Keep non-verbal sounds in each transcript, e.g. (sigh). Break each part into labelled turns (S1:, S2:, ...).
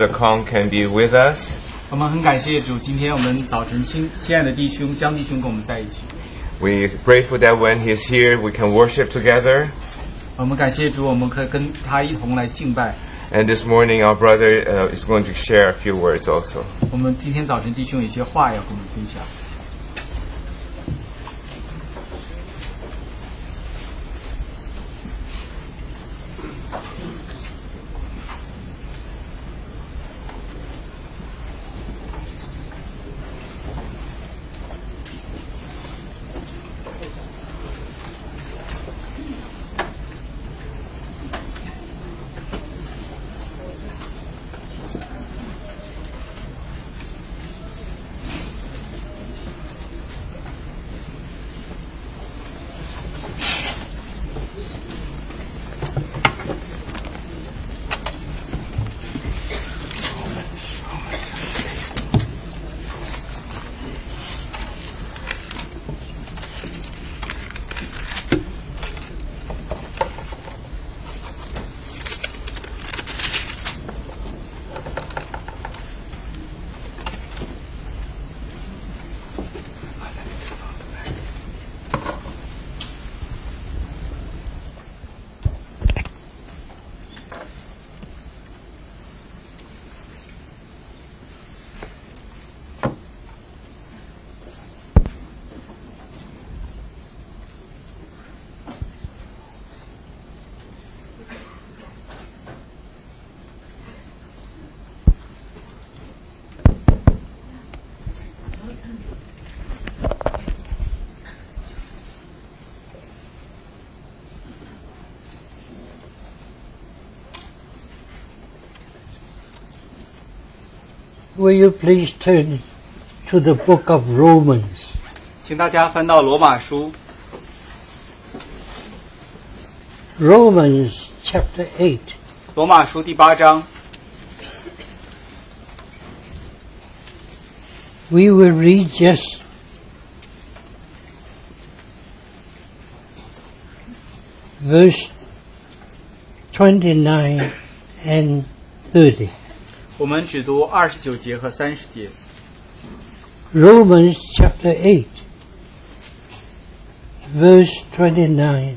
S1: The Kong can be with us.
S2: 我们很感谢主，今天我们早晨亲亲爱的弟兄江弟兄跟我们在一起，
S1: We're grateful that when He's here, we can worship together.
S2: 我们感谢主，我们可以跟他一同来敬拜。
S1: And this morning, our brother uh, is going to share a few words also.
S2: 我们今天早晨弟兄有些话要跟我们分享。
S3: Will you please turn to the book of Romans?
S2: 请大家翻到罗马书
S3: Romans chapter 8.
S2: 罗马书第八章，
S3: We will read just verse 29 and 30.
S2: 我们只读二十九节和三十节。
S3: Romans chapter 8, verse 29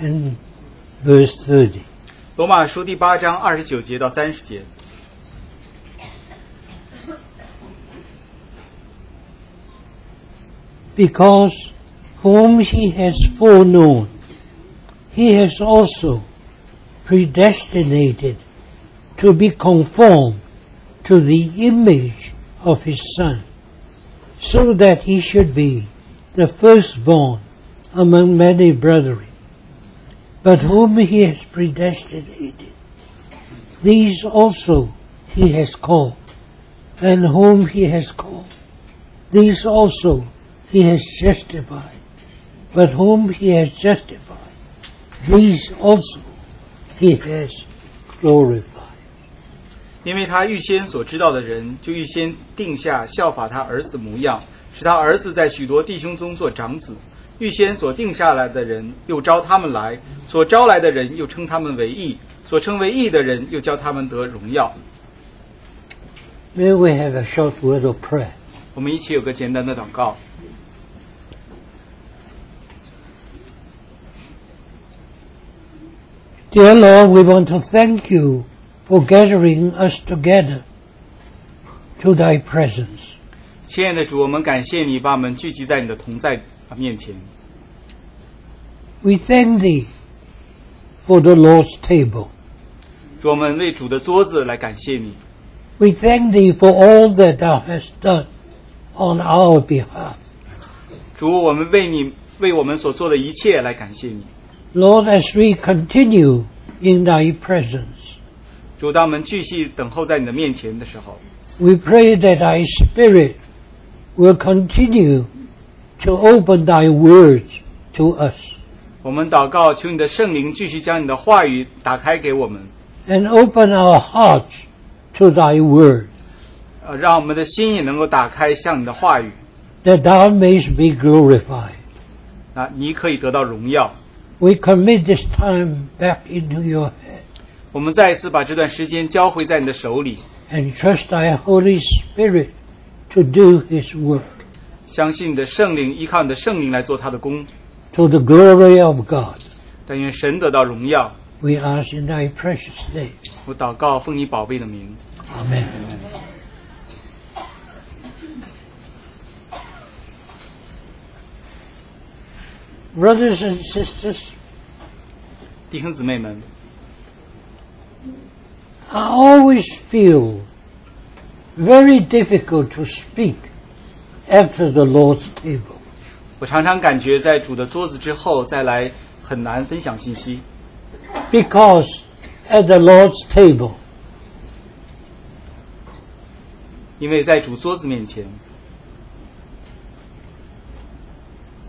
S3: and verse 30.
S2: 罗马书第八章二十九节到三十节，
S3: because whom he has foreknown, he has also predestinated to be conformed to the image of his Son, so that he should be the firstborn among many brethren. But whom he has predestinated, these also he has called, and whom he has called, these also he has justified. But whom he has justified, these also he has glorified.
S2: 因为他预先所知道的人，就预先定下效法他儿子的模样，使他儿子在许多弟兄中做长子。预先所定下来的人，又招他们来；所招来的人，又称他们为义；所称为义的人，又教他们得荣耀。
S3: May we have a short word of prayer.
S2: 我们一起有个简单的祷告。
S3: Dear Lord, we want to thank you for gathering us together to thy presence.
S2: 亲爱的主，我们感谢你把我们聚集在你的同在面前。
S3: We thank thee for the Lord's table.
S2: 主，我们为主的桌子来感谢你。
S3: We thank thee for all that thou hast done on our behalf.
S2: 主，我们为你为我们所做的一切来感谢你。
S3: Lord, as we continue in thy presence,
S2: 主，当我们继续等候在你的面前的时候，
S3: we pray that thy spirit will continue to open thy words to us
S2: 我们祷告，求你的圣灵继续将你的话语打开给我们，
S3: and open our hearts to thy word,
S2: 呃，让我们的心也能够打开，向你的话语，
S3: that thou mayest be glorified.
S2: 啊，你可以得到荣耀。
S3: We commit this time back into your hands.
S2: 我们再一次把这段时间交回在你的手里，
S3: and trust our Holy Spirit to do His work
S2: 相信你的圣灵，依靠你的圣灵来做他的工。
S3: to the glory of God.
S2: 但愿神得到荣耀。
S3: We ask in Thy precious name.
S2: 我祷告，奉你宝贝的名。
S3: Amen. Brothers and sisters,
S2: 弟兄姊妹们，
S3: I always feel very difficult to speak after the Lord's table.
S2: 我常常感觉在主的桌子之后再来很难分享信息，
S3: Because at the Lord's table,
S2: 因为在主桌子面前，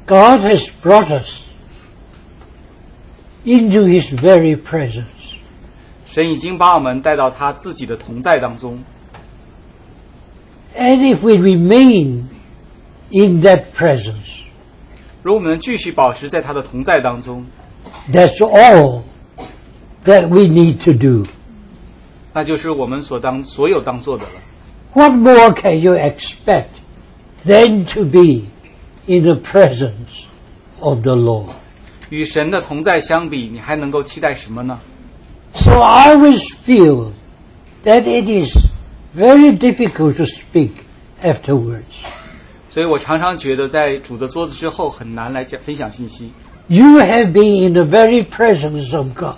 S3: God has brought us into His very presence.
S2: 神已经把我们带到他自己的同在当中。
S3: And if we remain in that presence,
S2: 如果我们继续保持在他的同在当中，
S3: that's all that we need to do.
S2: 那就是我们所当所有当做的了。
S3: What more can you expect than to be in the presence of the Lord?
S2: 与神的同在相比，你还能够期待什么呢？
S3: So I always feel that it is very difficult to speak afterwards.
S2: 所以我常常觉得，在主的桌子之后很难来讲分享信息。
S3: You have been in the very presence of God.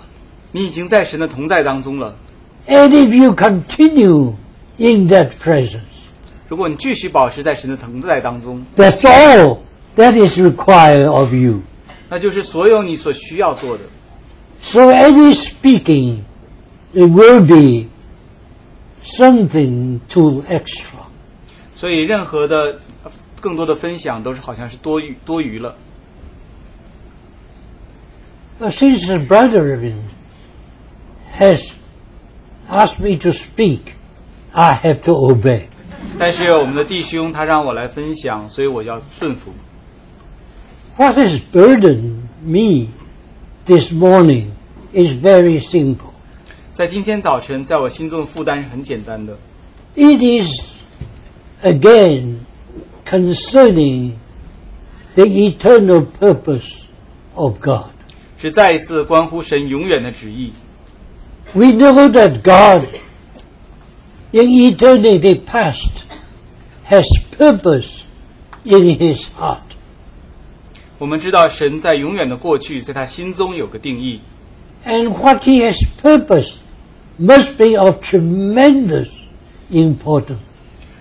S2: 你已经在神的同在当中了。
S3: And if you continue in that presence,
S2: 如果你继续保持在神的同在当中，
S3: that's all that is required of you.
S2: 那就是所有你所需要做的。
S3: So any speaking, it will be something too extra.
S2: 所以，任何的呃更多的分享都是好像是多余多余了。
S3: But since the brother of him has asked me to speak, I have to obey.
S2: 但是我们的弟兄他让我来分享，所以我要顺服。
S3: What has burdened me this morning is very simple.
S2: 在今天早晨，在我心中的负担是很简单的，
S3: It is again concerning the eternal purpose of God.
S2: 是再一次关乎神永远的旨意。
S3: We know that God in eternity past has purpose in his heart.
S2: 我们知道神在永远的过去，在他心中有个定义，
S3: And what he has purposed must be of tremendous importance.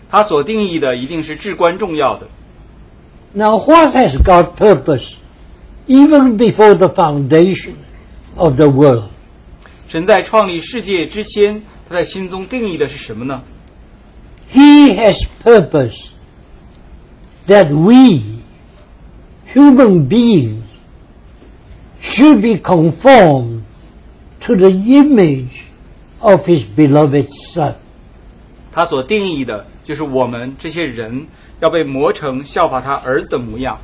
S2: 他所定义的一定是至关重要的。
S3: Now, what has God purposed even before the foundation of the world?
S2: 神在创立世界之前，他在心中定义的是什么呢？
S3: He has purposed that we, human beings, should be conformed to the image of His beloved Son.
S2: 他所定义的就是我们这些人要被磨成效法他儿子的模样，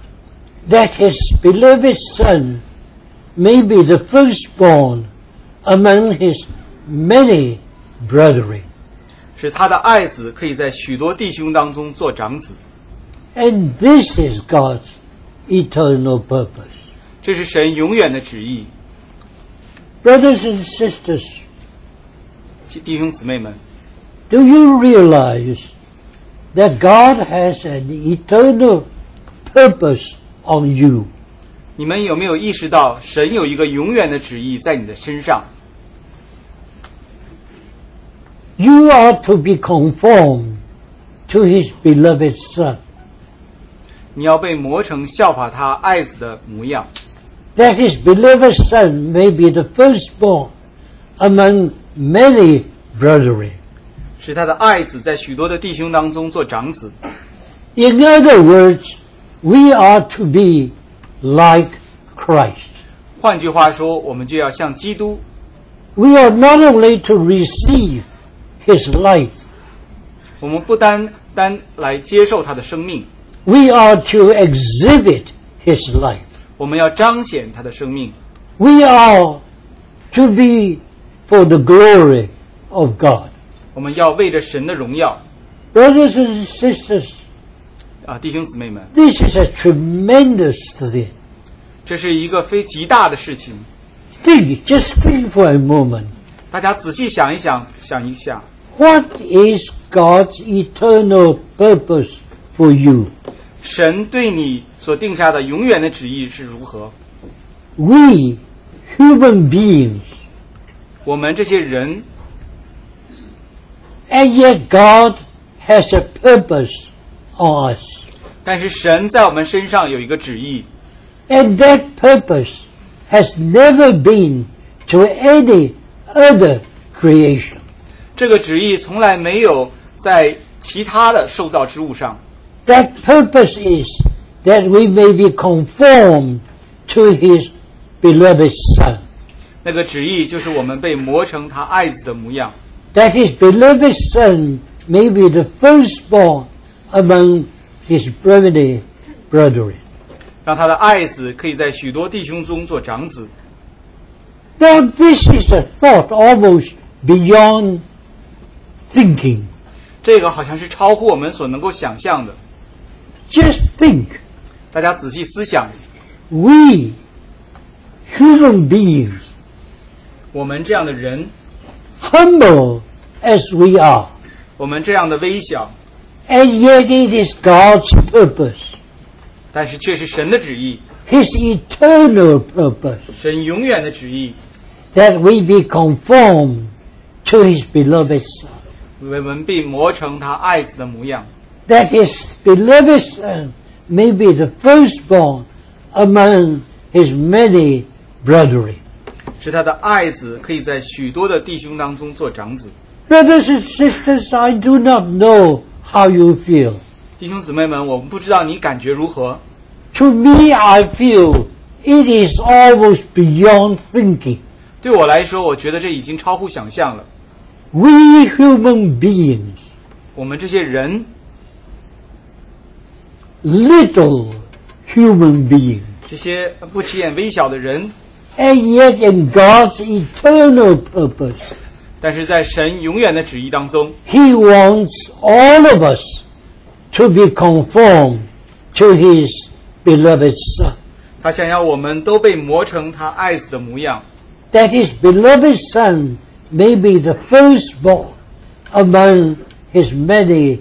S3: that his beloved son may be the firstborn among his many brethren.
S2: 使他的爱子可以在许多弟兄当中做长子。
S3: And this is God's eternal purpose.
S2: 这是神永远的旨意。
S3: Brothers and sisters,
S2: 弟兄姊妹们，
S3: do you realize that God has an eternal purpose on you?
S2: 你们有没有意识到神有一个永远的旨意在你的身上？
S3: You are to be conformed to his beloved son.
S2: 你要被磨成效法他爱子的模样，
S3: that his beloved son may be the firstborn among many brethren.
S2: 使他的爱子在许多的弟兄当中做长子。
S3: In other words, we are to be like Christ.
S2: 换句话说，我们就要像基督，
S3: We are not only to receive his life,
S2: 我们不单单来接受他的生命，
S3: we are to exhibit his life.
S2: 我们要彰显他的生命，
S3: We are to be for the glory of God.
S2: 我们要为着神的荣耀
S3: Brothers and sisters,
S2: 啊，弟兄姊妹们，
S3: this is a tremendous thing.
S2: 这是一个非极大的事情。
S3: Think, just think for a moment.
S2: 大家仔细想一想，想一想，
S3: What is God's eternal purpose for you?
S2: 神对你所定下的永远的旨意是如何？
S3: We, human beings,
S2: 我们这些人，
S3: and yet God has a purpose on us.
S2: 但是神在我们身上有一个旨意，
S3: And that purpose has never been to any other creation.
S2: 这个旨意从来没有在其他的受造之物上。
S3: That purpose is that we may be conformed to His beloved Son.
S2: 那个旨意就是我们被磨成他爱子的模样，
S3: That His beloved Son may be the firstborn among His brevity brethren.
S2: 让他的爱子可以在许多弟兄中做长子。
S3: Now this is a thought almost beyond thinking.
S2: 这个好像是超乎我们所能够想象的。
S3: Just think,
S2: 大家仔细思想，
S3: we, human beings,
S2: 我们这样的人，
S3: humble as we are,
S2: 我们这样的微小，
S3: and yet it is God's purpose,
S2: 但是却是神的旨意，
S3: His eternal purpose,
S2: 神永远的旨意，
S3: that we be conformed to His beloved Son.
S2: 我们被磨成他爱子的模样，
S3: That His beloved Son may be the firstborn among His many brethren.
S2: 使他的爱子可以在许多的弟兄当中做长子。
S3: Brothers and sisters, I do not know how you feel.
S2: 弟兄姊妹们，我们不知道你感觉如何。
S3: To me, I feel it is almost beyond thinking.
S2: 对我来说，我觉得这已经超乎想象了。
S3: We human beings
S2: 我们这些人，
S3: little human being.
S2: 这些不起眼微小的人，
S3: And yet, in God's eternal purpose,
S2: 但是在神永远的旨意当中，
S3: He wants all of us to be conformed to His beloved Son.
S2: 他想要我们都被磨成他爱子的模样，
S3: That His beloved Son may be the firstborn among His many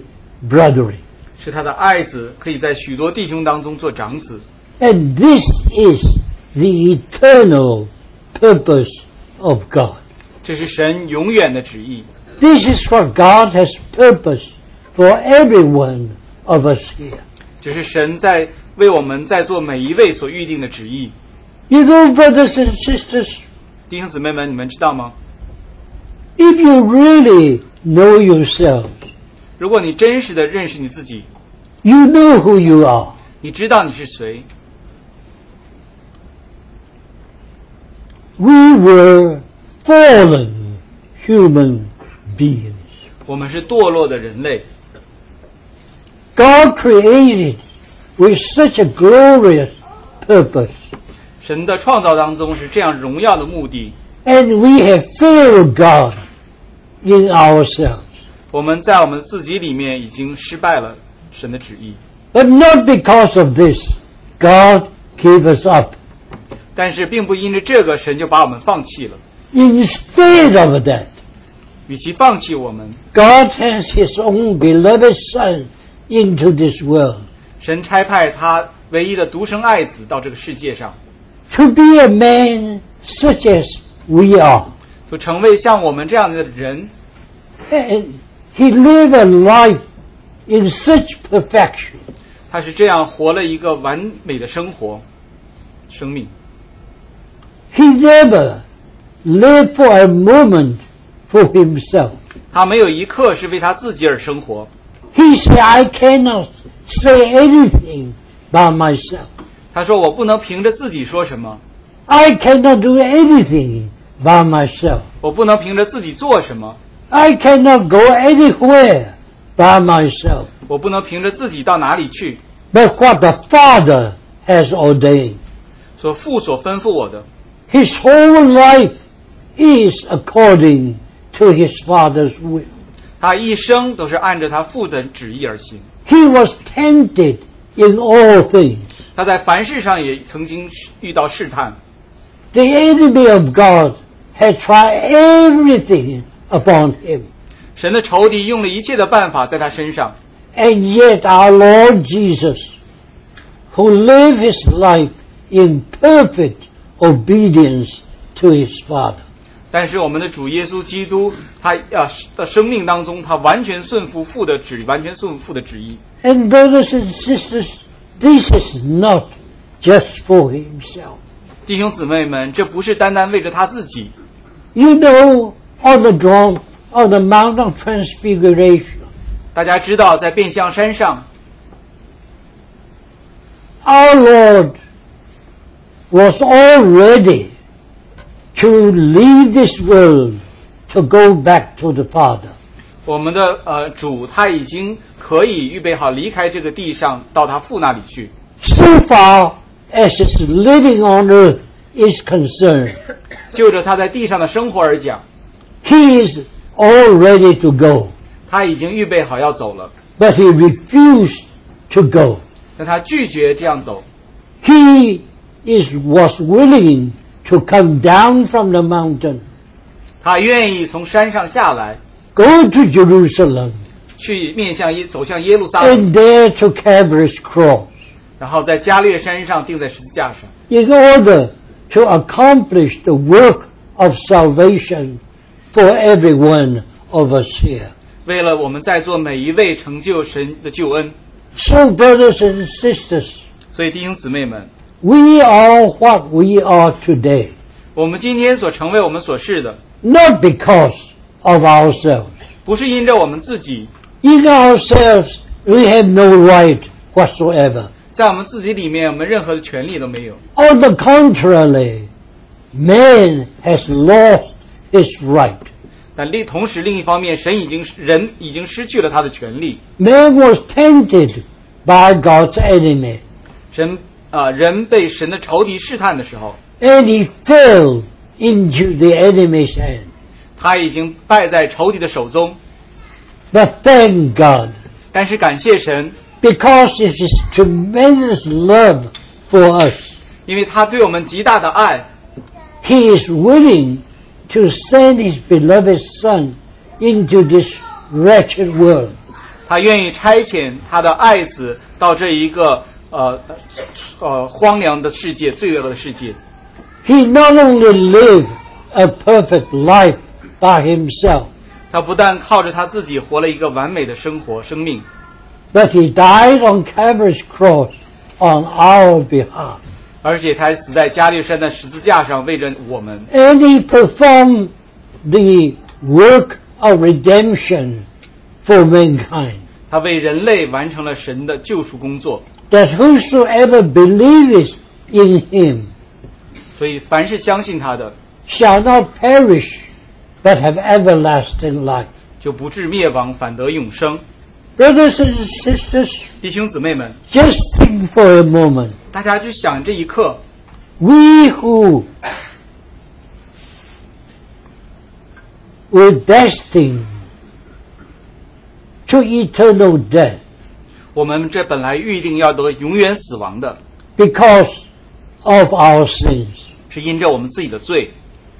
S3: brethren.
S2: 使他的爱子可以在许多弟兄当中做长子。
S3: And this is the eternal purpose of God.
S2: 这是神永远的旨意，
S3: This is what God has purpose for every one of us here.
S2: 这是神在为我们在座每一位所预定的旨意。
S3: You know, brothers and sisters,
S2: 弟兄姊妹们，你们知道吗？
S3: if you really know yourself,
S2: 如果你真实的认识你自己，
S3: you know who you are.
S2: 你知道你是谁，
S3: We were fallen human beings.
S2: 我们是堕落的人类。
S3: God created with such a glorious purpose,
S2: 神的创造当中是这样荣耀的目的，
S3: and we have failed God in ourselves.
S2: 我们在我们自己里面已经失败了神的旨意，
S3: But not because of this, God gave us up.
S2: 但是并不因着这个神就把我们放弃了。
S3: Instead of that,
S2: 与其放弃我们，
S3: God sends His own beloved Son into this world
S2: 神差派他唯一的独生爱子到这个世界上，
S3: to be a man such as we are.
S2: 就成为像我们这样的人，
S3: And He lived a life in such perfection
S2: 他是这样活了一个完美的生活，生命。
S3: He never lived for a moment for himself.
S2: 他没有一刻是为他自己而生活，
S3: He said, I cannot say anything by myself.
S2: 他说：“我不能凭着自己说什么，
S3: I cannot do anything by myself.
S2: 我不能凭着自己做什么，
S3: I cannot go anywhere by myself.
S2: 我不能凭着自己到哪里去。
S3: But what the Father has ordained,
S2: 所父所吩咐我的，
S3: his whole life is according to his Father's will.
S2: 他一生都是按着他父的旨意而行。
S3: He was tempted in all things.
S2: 他在凡事上也曾经遇到试探，
S3: The enemy of God had tried everything upon him.
S2: 神的仇敌用了一切的办法在他身上，
S3: And yet our Lord Jesus, who lived his life in perfect obedience to his Father,
S2: 但是我们的主耶稣基督，他呃的生命当中，他完全顺服父的旨，完全顺服父的旨意。
S3: And brothers and sisters, this is not just for himself.
S2: 弟兄姊妹们，这不是单单为着他自己。
S3: You know, on the drum, on the Mount of Transfiguration,
S2: 大家知道，在变相山上，
S3: our Lord was already to leave this world to go back to the Father.
S2: 我们的呃主他已经可以预备好离开这个地上，到他父那里去。
S3: So far as his living on earth is concerned,
S2: 就着他在地上的生活而讲，
S3: he is all ready to go,
S2: 他已经预备好要走了，
S3: but he refused to go.
S2: 但他拒绝这样走。
S3: He is was willing to come down from the mountain,
S2: 他愿意从山上下来，
S3: go to Jerusalem,
S2: 去面向耶走向耶路撒冷，
S3: and there to Calvary's cross,
S2: 然后在加略山上钉在十字架上，
S3: in order to accomplish the work of salvation for every one of us here.
S2: 为了我们在座每一位成就神的救恩。
S3: So, brothers and sisters,
S2: 所以弟兄姊妹们，
S3: we are what we are today,
S2: 我们今天所成为我们所是的，
S3: not because of ourselves.
S2: 不是因着我们自己，
S3: In ourselves, we have no right whatsoever.
S2: 在我们自己里面，我们任何的权利都没有。
S3: On the contrary, man has lost his right.
S2: 但另同时，另一方面，神已经人已经失去了他的权利。
S3: Man was tempted by God's enemy,
S2: 神啊、人被神的仇敌试探的时候，
S3: and he fell into the enemy's hand.
S2: 他已经败在仇敌的手中。
S3: But thank God,
S2: 但是感谢神，
S3: because of his tremendous love for us,
S2: 因为他对我们极大的爱，
S3: he is willing to send his beloved son into this wretched world.
S2: 他愿意差遣他的爱子到这一个呃呃荒凉的世界、罪恶的世界。
S3: He not only lived a perfect life by himself,
S2: 他不但靠着他自己活了一个完美的生活生命，
S3: But he died on Calvary's cross on our behalf.
S2: 而且他死在加略山的十字架上，为着我们，
S3: And he performed the work of redemption for mankind.
S2: 他为人类完成了神的救赎工作。
S3: That whosoever believeth in him
S2: 所以，凡是相信他的，
S3: shall not perish, but have everlasting life.
S2: 就不至灭亡，反得永生。
S3: Brothers and sisters,
S2: 弟兄姊妹们，
S3: just think for a moment.
S2: 大家去想这一刻，
S3: We who were destined to eternal death
S2: 我们这本来预定要得永远死亡的，
S3: because of our sins.
S2: 是因着我们自己的罪。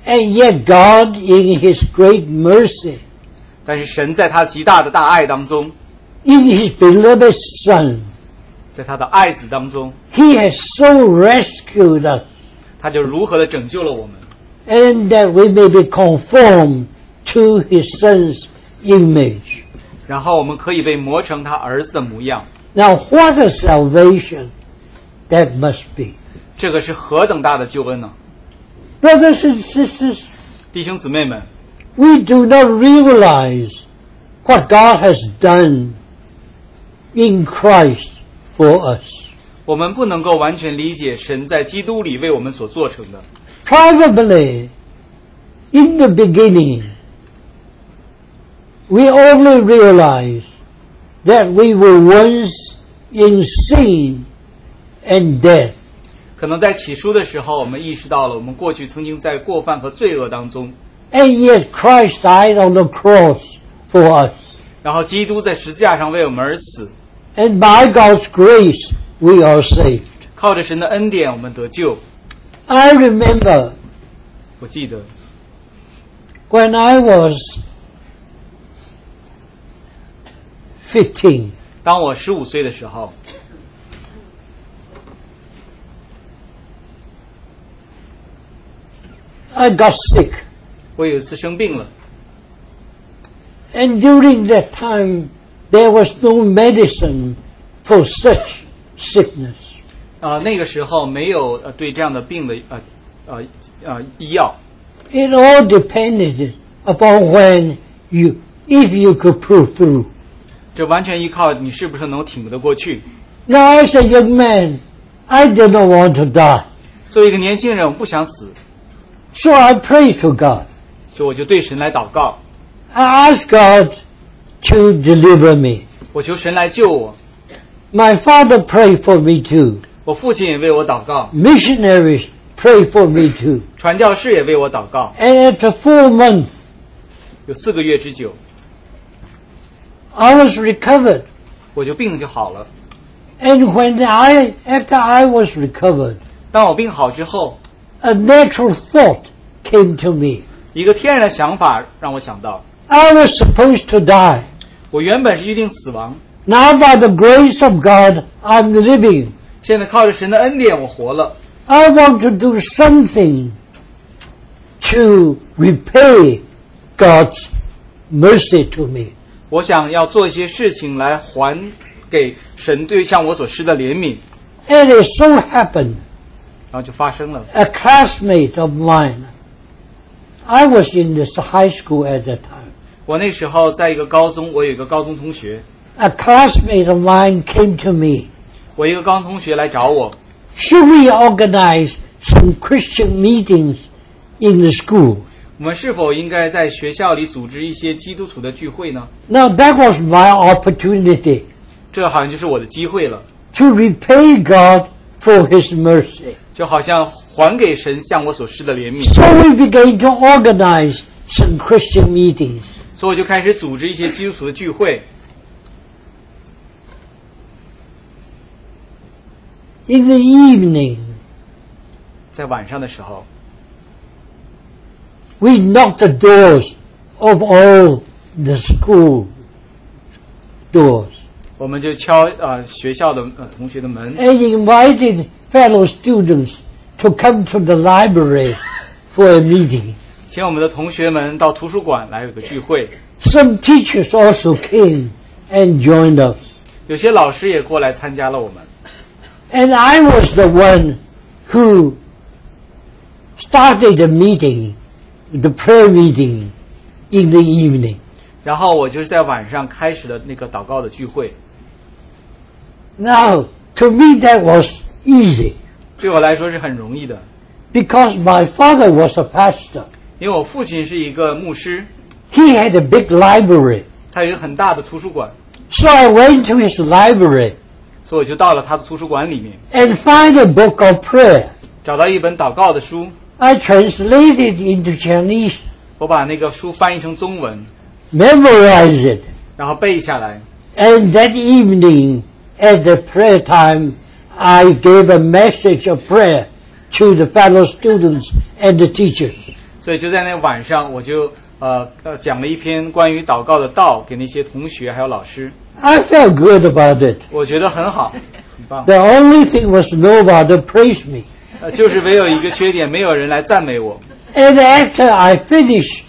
S3: And yet God, in His great mercy,
S2: 但是神在他极大的大爱当中，
S3: in His beloved Son,
S2: 在他的爱子当中，
S3: He has so rescued us,
S2: 他就如何的拯救了我们，
S3: and that we may be conformed to His Son's image.
S2: 然后我们可以被磨成他儿子的模样。
S3: Now, what a salvation that must be.
S2: 这个是何等大的救恩呢、
S3: Brothers and sisters,
S2: 弟兄姊妹们，
S3: we do not realize what God has done in Christ for us.
S2: 我们不能够完全理解神在基督里为我们所做成的。
S3: Probably, in the beginning, we only realize that we were once in sin and death.
S2: 可能在起初的时候，我们意识到了我们过去曾经在过犯和罪恶当中，
S3: And yet Christ died on the cross for us.
S2: 然后基督在十字架上为我们而死，
S3: And by God's grace, we are saved.
S2: 靠着神的恩典我们得救。
S3: I remember
S2: 我记得
S3: when I was 15,
S2: 当我十五岁的时候，
S3: I got sick.
S2: 我有一次生病了，
S3: And during that time, there was no medicine for such sickness.
S2: 啊、那个时候没有呃对这样的病的呃呃呃医药，
S3: It all depended upon when you, if you could pull through.
S2: 这完全依靠你是不是能挺得过去。
S3: Now, as a young man, I did not want to die.
S2: 作为一个年轻人，我不想死，
S3: So I prayed to God.
S2: 所以我就对神来祷告，
S3: I asked God to deliver me.
S2: 我求神来救我。
S3: My father prayed for me too.
S2: 我父亲也为我祷告，
S3: Missionaries prayed for me too.
S2: 传教士也为我祷告，
S3: And after four months,
S2: 有四个月之久，
S3: I was recovered.
S2: 我就病就好了。
S3: And when I, after I was recovered,
S2: 当我病好之后，
S3: a natural thought came to me.
S2: 一个天然的想法让我想到，
S3: I was supposed to die.
S2: 我原本是预定死亡，
S3: Now by the grace of God, I'm living.
S2: 现在靠着神的恩典我活了，
S3: I want to do something to repay God's mercy to me.
S2: 我想要做一些事情来还给神对向我所施的怜悯，
S3: And it so happened,
S2: 然后就发生了。
S3: a classmate of mine, I was in this high school at that time.
S2: 我那时候在一个高中，我有一个高中同学，
S3: A classmate of mine came to me.
S2: 我一个高中同学来找我，
S3: Should we organize some Christian meetings in the school?
S2: 我们是否应该在学校里组织一些基督徒的聚会呢？
S3: Now that was my opportunity
S2: 这好像就是我的机会了，
S3: to repay God for His mercy.
S2: 就好像还给神向我所施的怜悯，
S3: So we began to organize some Christian meetings.
S2: 所以我就开始组织一些基督徒的聚会。
S3: In the evening,
S2: 在晚上的时候，
S3: we knocked the doors of all the school doors
S2: 我们就敲呃学校的呃同学的门，
S3: and invited fellow students to come to the library for a meeting.
S2: 请我们的同学们到图书馆来有个聚会。
S3: Some teachers also came and joined us.
S2: 有些老师也过来参加了我们，
S3: And I was the one who started the meeting, the prayer meeting in the evening.
S2: 然后我就是在晚上开始的那个祷告的聚会。
S3: Now, to me that was easy
S2: 对我来说是很容易的，
S3: because my father was a pastor.
S2: 因为我父亲是一个牧师，
S3: He had a big library.
S2: 他有一个很大的图书馆，
S3: So I went to his library
S2: 所以我就到了他的图书馆里面，
S3: and found a book of prayer.
S2: 找到一本祷告的书，
S3: I translated into Chinese,
S2: 我把那个书翻译成中文，
S3: memorized it.
S2: 然后背下来。
S3: And that evening, at the prayer time, I gave a message of prayer to the fellow students and the teachers.
S2: 所以就在那晚上，我就呃呃讲了一篇关于祷告的道给那些同学还有老师，
S3: I felt good about it.
S2: 我觉得很好，很棒。
S3: The only thing was nobody praised me.
S2: 呃，就是唯有一个缺点，没有人来赞美我。
S3: And after I finished,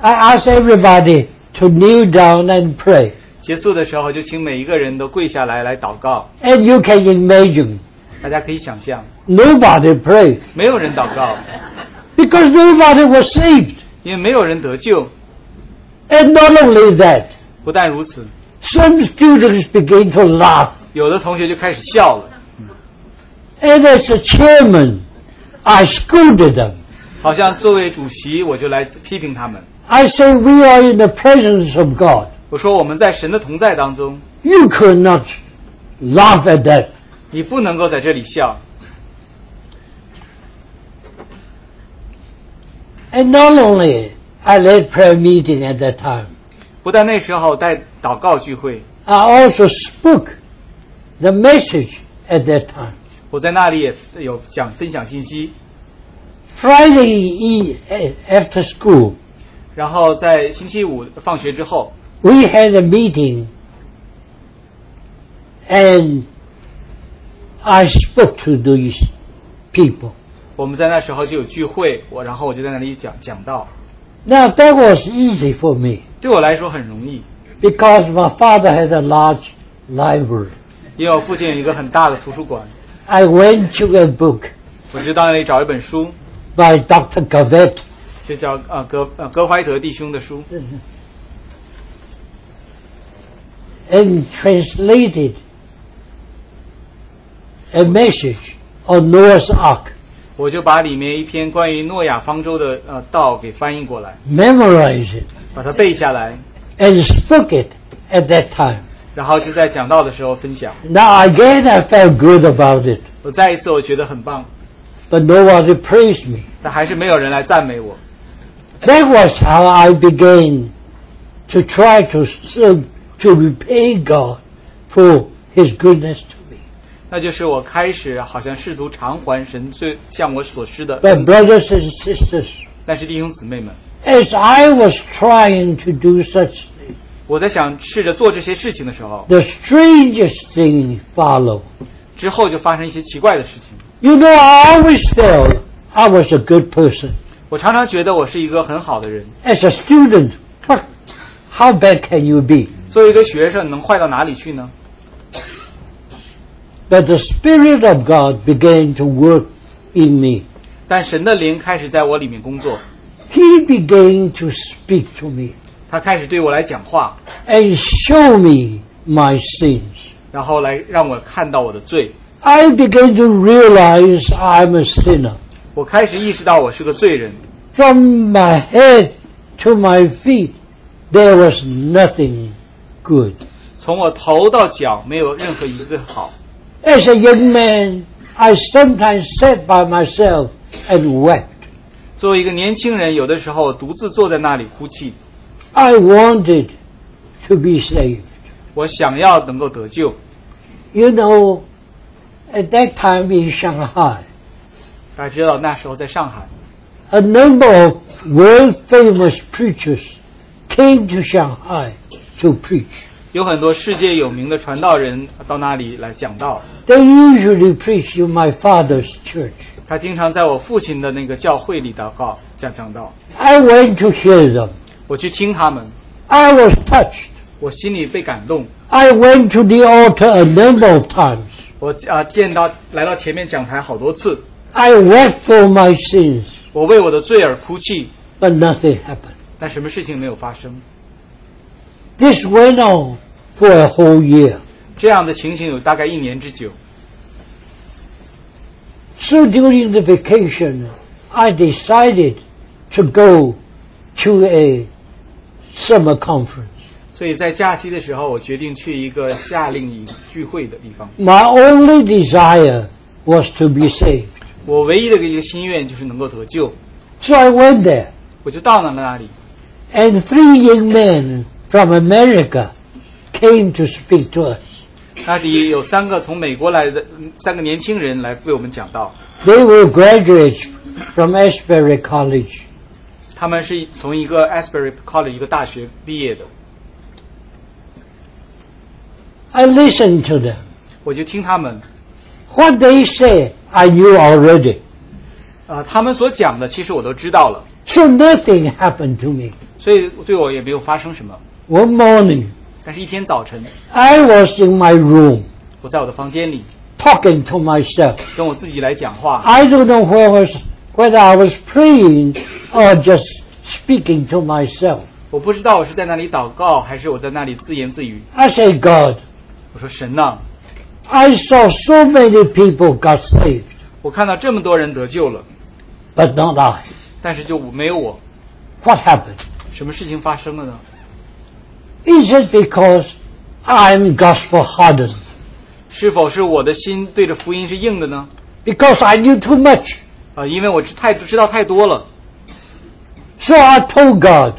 S3: I asked everybody to kneel down and pray.
S2: 结束的时候，就请每一个人都跪下来来祷告。
S3: And you can imagine,
S2: 大家可以想象，
S3: nobody prayed
S2: 没有人祷告，
S3: because nobody was saved.
S2: 因为没有人得救。
S3: And not only that,
S2: 不但如此，
S3: some students began to laugh.
S2: 有的同学就开始笑了，
S3: And as a chairman, I scolded them.
S2: 好像作为主席，我就来批评他们。
S3: I say, we are in the presence of God.
S2: 我说我们在神的同在当中，
S3: You could not laugh at that.
S2: 你不能够在这里笑。
S3: And not only I led prayer meeting at that time,
S2: 不但那时候在祷告聚会，
S3: I also spoke the message at that time.
S2: 我在那里也有讲分享信息。
S3: Friday e- eh, after school,
S2: 然后在星期五放学之后，
S3: we had a meeting and I spoke to these people.
S2: 我们在那时候就有聚会，我然后我就在那里讲讲道。
S3: Now that was easy for me
S2: 对我来说很容易，
S3: because my father had a large library.
S2: 因为我父亲有一个很大的图书馆，
S3: I went to a book
S2: 我就到那里找一本书，
S3: by Dr. Gavett,
S2: 就叫呃格呃格怀德弟兄的书，
S3: and translated a message on Noah's Ark,
S2: 我就把里面一篇关于诺亚方舟的呃道给翻译过来，
S3: memorized it,
S2: 把它背下来，
S3: and spoke it at that time.
S2: 然后就在讲道的时候分享。
S3: Now again I felt good about it,
S2: 我再一次我觉得很棒，
S3: but nobody praised me.
S2: 但还是没有人来赞美我。
S3: That was how I began to try to serve, to repay God for His goodness to me.
S2: 那就是我开始好像试图偿还神最向我所施的恩
S3: But
S2: 赐。
S3: brothers and sisters,
S2: 但是弟兄姊妹们，
S3: as I was trying to do such,
S2: 我在想试着做这些事情的时候，
S3: the strangest thing followed.
S2: 之后就发生一些奇怪的事情。
S3: You know, I always felt I was a good person.
S2: 我常常觉得我是一个很好的人，
S3: As a student, what, how bad can you be?
S2: 作为一个学生能坏到哪里去呢？
S3: But the Spirit of God began to work in me.
S2: 但神的灵开始在我里面工作，
S3: He began to speak to me.
S2: 他开始对我来讲话，
S3: and show me my sins.
S2: 然后来让我看到我的罪。
S3: I began to realize I'm a sinner.
S2: 我开始意识到我是个罪人，
S3: From my head to my feet, there was nothing good.
S2: 从我头到脚没有任何一个好。
S3: As a young man, I sometimes sat by myself and wept.
S2: 作为一个年轻人，有的时候独自坐在那里哭泣。
S3: I wanted to be saved.
S2: 我想要能够得救。
S3: You know, at that time in Shanghai,
S2: 大家知道那时候在上海，
S3: a number of world famous preachers came to Shanghai to preach.
S2: 有很多世界有名的传道人到那里来讲道。
S3: They usually preach in my father's church.
S2: 他经常在我父亲的那个教会里祷告，讲讲道。
S3: I went to hear them.
S2: 我去听他们，
S3: I was touched.
S2: 我心里被感动。
S3: I went to the altar a number of times.
S2: 我啊、见到来到前面讲台好多次，
S3: I wept for my sins,
S2: 我为我的罪而哭泣，
S3: but nothing happened.
S2: 但什么事情没有发生。
S3: This went on for a whole year.
S2: 这样的情形有大概一年之久。
S3: So during the vacation, I decided to go to a summer conference.
S2: 所以在假期的时候，我决定去一个夏令营聚会的地方。
S3: My only desire was to be saved.
S2: 我唯一的一个心愿就是能够得救，
S3: So I went there.
S2: 我就到了那里。
S3: and three young men from America came to speak to us.
S2: 那里有三个从美国来的嗯三个年轻人来为我们讲道，
S3: They were graduates from Asbury College.
S2: 他们是从一个 Asbury College 一个大学毕业的。
S3: I listened to them.
S2: 我就听他们，
S3: What they said, I knew already.
S2: 呃，他们所讲的其实我都知道了，
S3: So nothing happened to me.
S2: 所以对我也没有发生什么。
S3: One morning,
S2: 但是，一天早晨，
S3: I was in my room
S2: 我在我的房间里
S3: talking to myself.
S2: 跟我自己来讲话，
S3: I don't know where was, whether I was praying or just speaking to myself.
S2: 我不知道我是在那里祷告，还是我在那里自言自语。
S3: I said, God,
S2: 我说：“神呐、
S3: I saw so many people got saved,
S2: 我看到这么多人得救了，
S3: but not I.
S2: 但是就没有我，
S3: What happened?
S2: 什么事情发生了呢？
S3: Is it because I'm gospel hardened?
S2: 是否是我的心对着福音是硬的呢？
S3: Because I knew too much.
S2: 啊、因为我知太知道太多了，
S3: So I told God,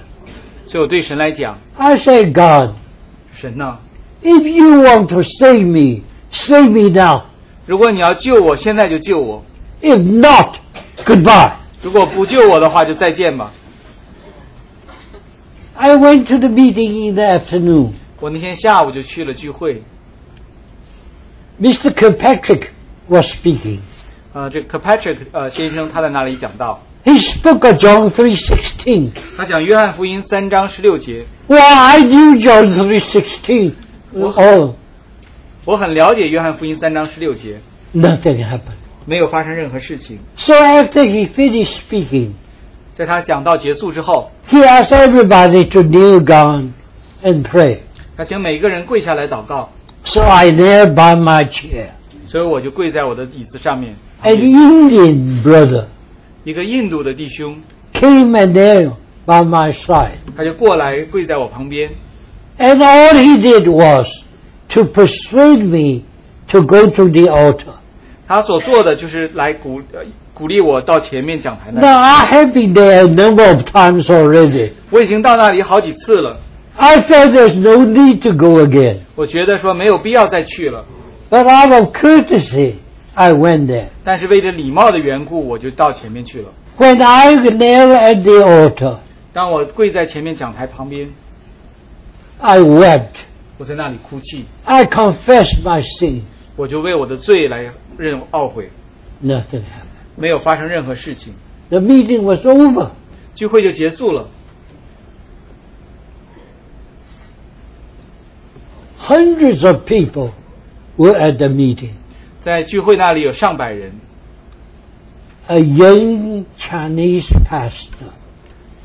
S2: 所以我对神来讲，
S3: I say, God,
S2: 神呐、
S3: if you want to save me, save me now.
S2: 如果你要救我，现在就救我；
S3: If not, goodbye.
S2: 如果不救我的话，就再见吧。
S3: I went to the meeting in the afternoon.
S2: 我那天下午就去了聚会，
S3: Mr. Kirkpatrick was speaking.
S2: 呃，这 Kirkpatrick 呃先生他在那里讲到，
S3: He spoke of John 3.16.
S2: 他讲约翰福音三章十六节，
S3: Well, I knew John 3.16. Oh,
S2: 我很了解约翰福音三章十六节，
S3: nothing happened.
S2: 没有发生任何事情。
S3: So after he finished speaking,
S2: 在他讲到结束之后，
S3: he asked everybody to kneel down and pray.
S2: 他请每个人跪下来祷告，
S3: So I knelt by my chair.
S2: 所以我就跪在我的椅子上面。
S3: An Indian brother
S2: 一个印度的弟兄，
S3: came and knelt by my side.
S2: 他就过来跪在我旁边，
S3: And all he did was to persuade me to go to the altar.
S2: 他所做的就是来鼓呃鼓励我到前面讲台那里。
S3: Now I have been there a number of times already.
S2: 我已经到那里好几次了，
S3: I felt there's no need to go again.
S2: 我觉得说没有必要再去了，
S3: But out of courtesy, I went there.
S2: 但是为着礼貌的缘故，我就到前面去了。
S3: When I knelt at the altar,
S2: 当我跪在前面讲台旁边，
S3: I wept.
S2: 我在那里哭泣，
S3: I confessed my sin.
S2: 我就为我的罪来认懊悔，
S3: Nothing happened.
S2: 没有发生任何事情，
S3: The meeting was over.
S2: 聚会就结束了。
S3: Hundreds of people were at the meeting.
S2: 在聚会那里有上百人，
S3: A young Chinese pastor.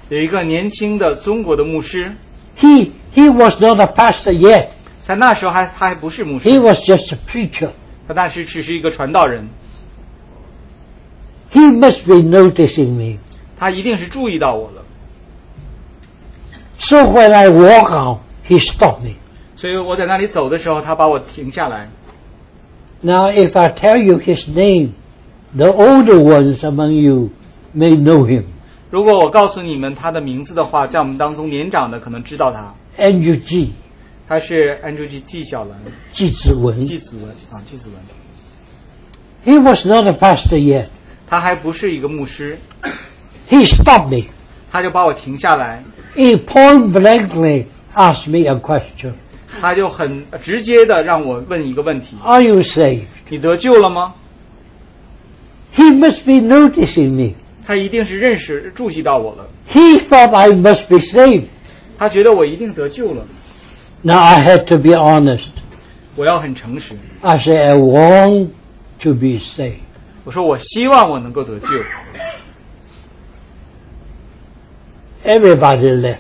S2: 有一个年轻的中国的牧师，
S3: He, he was not a pastor yet.
S2: 在那时候还他还不是牧师
S3: He，was just a preacher.
S2: 他那时只是一个传道人，
S3: He must be noticing me.
S2: 他一定是注意到我了，
S3: So when I walk out, he stopped me.
S2: 所以我在那里走的时候，他把我停下来。
S3: Now, if I tell you his name, the older ones among you may know him,
S2: 如果我告诉你们他的名字的话，在我们当中年长的可能知道他，
S3: Andrew G.
S2: 他是 Andrew G. 纪晓岚、
S3: Ji Ziwen.
S2: 纪子文啊，纪子文，
S3: He was not a pastor yet.
S2: 他还不是一个牧师， (coughs)
S3: He stopped me.
S2: 他就把我停下来，
S3: He point blankly asked me a question.
S2: 他就很直接的让我问一个问题：
S3: Are you saved?
S2: 你得救了吗？
S3: He must be noticing me.
S2: 他一定是认识注意到我了，
S3: He thought I must be saved.
S2: 他觉得我一定得救了。
S3: Now I had to be honest.
S2: 我要很诚实，
S3: I said, I want to be saved.
S2: 我说我希望我能够得救，
S3: Everybody left.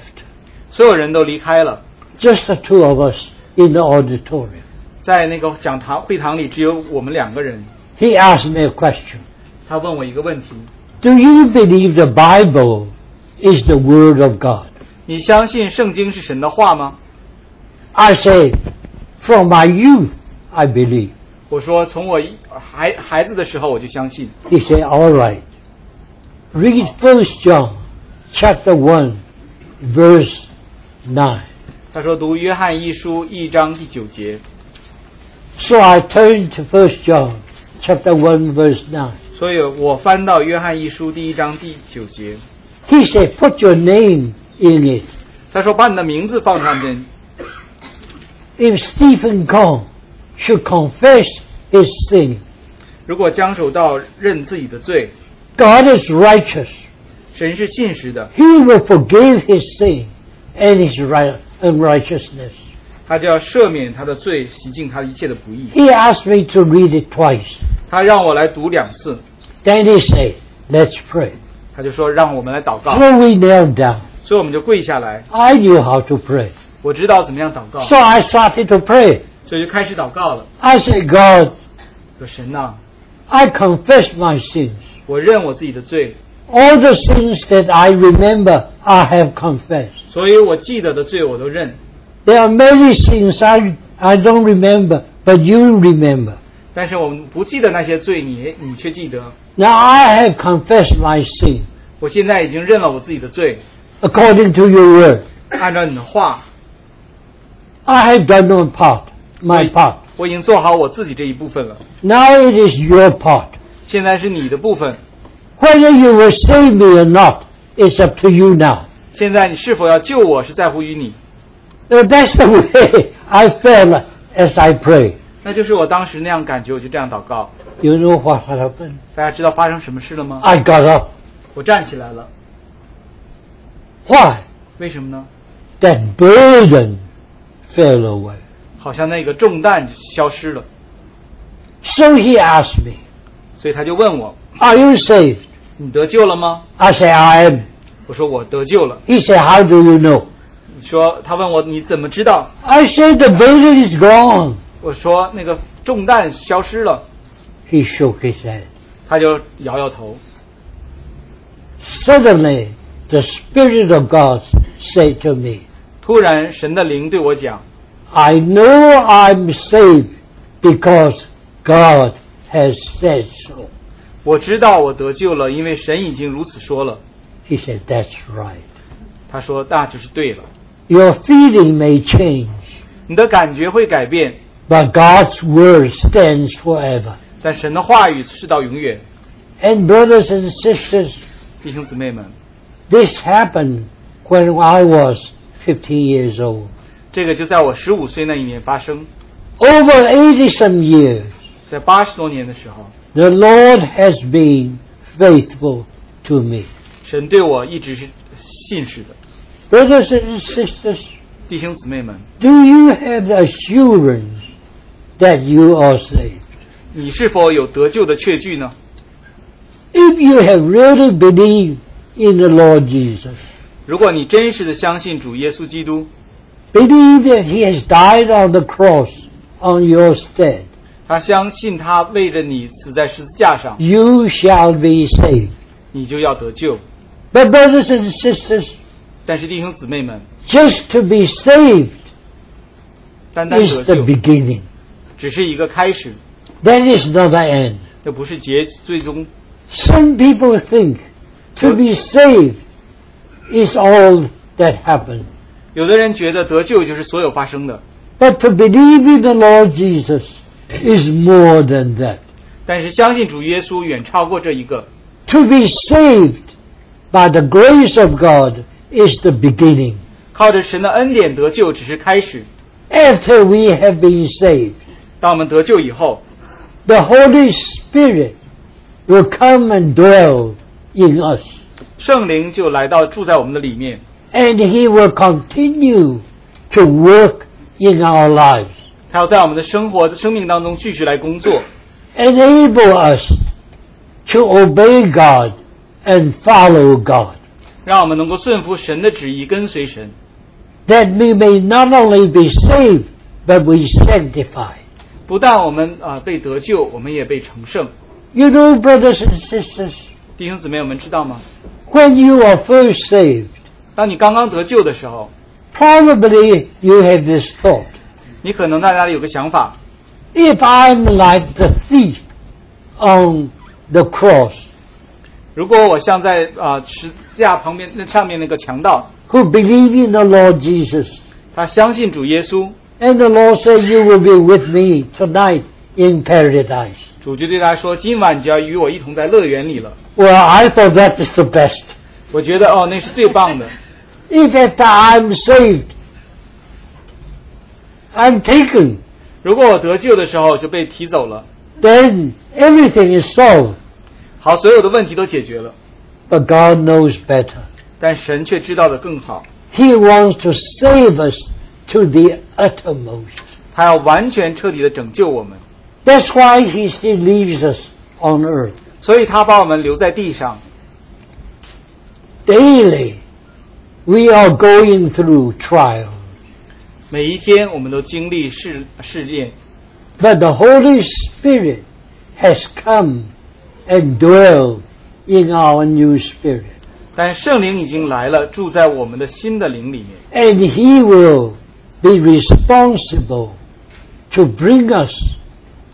S2: 所有人都离开了，
S3: Just the two of us in the auditorium.
S2: 在那个讲堂会堂里只有我们两个人。
S3: He asked me a question.
S2: 他问我一个问题：
S3: Do you believe the Bible is the Word of God?
S2: 你相信圣经是神的话吗？
S3: I said, from my youth, I believe.
S2: 我说从我一孩孩子的时候我就相信。
S3: He said, all right. Read First John chapter 1, verse 9.
S2: 他说读约翰一书一章第九节，
S3: So I turned to First John chapter 1, verse 9.
S2: 所以我翻到约翰一书第一章第九节，
S3: He said, put your name in it.
S2: 他说把你的名字放上面，
S3: If Stephen Kong should confess his sin,
S2: 如果江守道认自己的罪，
S3: God is righteous.
S2: 神是信实的，
S3: He will forgive his sin and his right unrighteousness.
S2: 他就要赦免他的罪，洗净他一切的不义。
S3: He asked me to read it twice.
S2: 他让我来读两次，
S3: Then he said, Let's pray.
S2: 他就说让我们来祷告，
S3: So we knelt down.
S2: 所以我们就跪下来。
S3: I knew how to pray.
S2: 我知道怎么样祷告，
S3: So I started to pray.
S2: 所以就开始祷告了。
S3: I said, God,
S2: 说神呐、
S3: I confess my sins.
S2: 我认我自己的罪，
S3: All the sins that I remember, I have confessed.
S2: 所以我记得的罪我都认，
S3: There are many sins I, I don't remember, but you remember.
S2: 但是我们不记得那些罪你，你却记得。
S3: Now I have confessed my sin
S2: 我现在已经认了我自己的罪，
S3: according to your word.
S2: 按照你的话，
S3: I have done my part, my part.
S2: 我已经做好我自己这一部分了，
S3: Now it is your part.
S2: 现在是你的部分。
S3: Whether you will save me or not, it's up to you now.
S2: 现在你是否要救我，是在乎于你。
S3: Now, that's the (laughs) way I felt as I prayed.
S2: 那就是我当时那样感觉，我就这样祷告。
S3: You know what happened?
S2: 大家知道发生什么事了吗？
S3: I got up.
S2: 我站起来了，
S3: Why?
S2: 为什么呢？
S3: That burden fell away.
S2: 好像那个重担消失了，
S3: So he asked me,
S2: 所以他就问我
S3: Are you saved?：“
S2: 你得救了吗
S3: I said, I am.？”
S2: 我说：“我得救了。
S3: He said, How do you know? ”
S2: 说他问我你怎么知道？
S3: I said, The burden is gone.
S2: 我说那个重担消失了，
S3: He shook his head.
S2: 他就摇摇头。
S3: Suddenly, the Spirit of God said to me,
S2: 突然，神的灵对我讲
S3: I know I'm saved because God has said so.：“
S2: 我知道我得救了，因为神已经如此说了。
S3: He said, That's right. ”
S2: 他说：“那就是对了，
S3: Your feeling may change,
S2: 你的感觉会改变，
S3: but God's word stands forever.
S2: 但神的话语是到永远。
S3: And brothers and sisters, ”
S2: 弟兄姊妹们，
S3: this happened when I was 15 years old.
S2: 这个就在我十五岁那一年发生，
S3: Over 80 some years,
S2: 在八十多年的时候，
S3: the Lord has been faithful to me.
S2: 神对我一直是信实的。
S3: Brothers and sisters,
S2: 弟兄姊妹们，
S3: do you have the assurance that you are saved?
S2: 你是否有得救的确据呢？
S3: If you have really believed in the Lord Jesus,
S2: 如果你真实的相信主耶稣基督，
S3: believe that He has died on the cross on your stead,
S2: 他相信他为着你死在十字架上，
S3: you shall be saved.
S2: 你就要得救。
S3: But brothers and sisters,
S2: 但是弟兄姊妹们，
S3: just to be saved
S2: 单单
S3: is
S2: 得
S3: the
S2: 救
S3: beginning.
S2: 只是一个开始，
S3: That is not the end.
S2: 这不是结最终。
S3: Some people think to be saved is all that happened.
S2: 有的人觉得得救就是所有发生的，
S3: But to believe in the Lord Jesus is more than that.
S2: 但是相信主耶稣远超过这一个。
S3: To be saved by the grace of God is the beginning.
S2: 靠着神的恩典得救只是开始。
S3: After we have been saved,
S2: 当我们得救以后，
S3: the Holy Spirit will come and dwell in us.
S2: 圣灵就来到住在我们的里面，
S3: And He will continue to work in our lives
S2: 他要在我们的生活、生命当中继续来工作，
S3: enable us to obey God and follow God,
S2: 让我们能够顺服神的旨意，跟随神，
S3: that we may not only be saved, but we sanctified.
S2: 不但我们啊、被得救，我们也被成圣。
S3: You know, brothers and sisters,
S2: 弟兄姊妹们，知道吗？
S3: when you are first saved,
S2: 当你刚刚得救的时候，
S3: probably you have this thought.
S2: 你可能大家有个想法：
S3: If I'm like the thief on the cross
S2: 如果我像在啊十字架旁边那上面那个强盗，
S3: who believed in the Lord Jesus,
S2: 他相信主耶稣，
S3: and the Lord said, You will be with me tonight in paradise.
S2: 主就对他说：“今晚你就要与我一同在乐园里了。
S3: Well, I thought that was the best. ”
S2: 我觉得哦，那是最棒的。
S3: If after I'm saved, I'm taken,
S2: 如果我得救的时候就被提走了，
S3: then everything is solved.
S2: 好，所有的问题都解决了，
S3: But God knows better.
S2: 但神却知道的更好，
S3: He wants to save us to the uttermost.
S2: 他要完全彻底的拯救我们，
S3: That's why He still leaves us on earth.
S2: 所以他把我们留在地上。
S3: Daily, we are going through trials.
S2: 每一天我们都经历试试验，
S3: But the Holy Spirit has come and dwelled in our new spirit.
S2: 但圣灵已经来了，住在我们的新的灵里面，
S3: And He will be responsible to bring us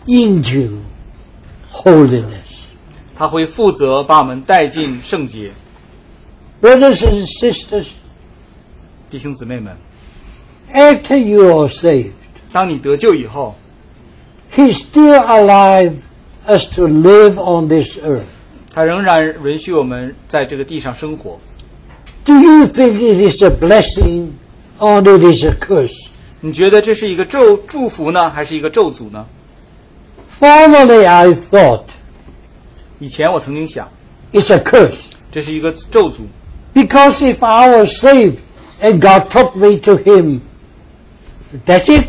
S3: into holiness.
S2: 他会负责把我们带进圣洁。
S3: Brothers and sisters,
S2: 弟兄姊妹们，
S3: after you are saved.
S2: 当你得救以后，
S3: He's still alive as to live on this earth.
S2: 他仍然允许我们在这个地上生活。
S3: Do you think it is a blessing or it is a curse?
S2: 你觉得这是一个咒祝福呢，还是一个咒诅呢？
S3: Formerly, I thought
S2: 以前我曾经想，
S3: it's a curse
S2: 这是一个咒诅，
S3: because if I was saved and God took me to Him, that's it.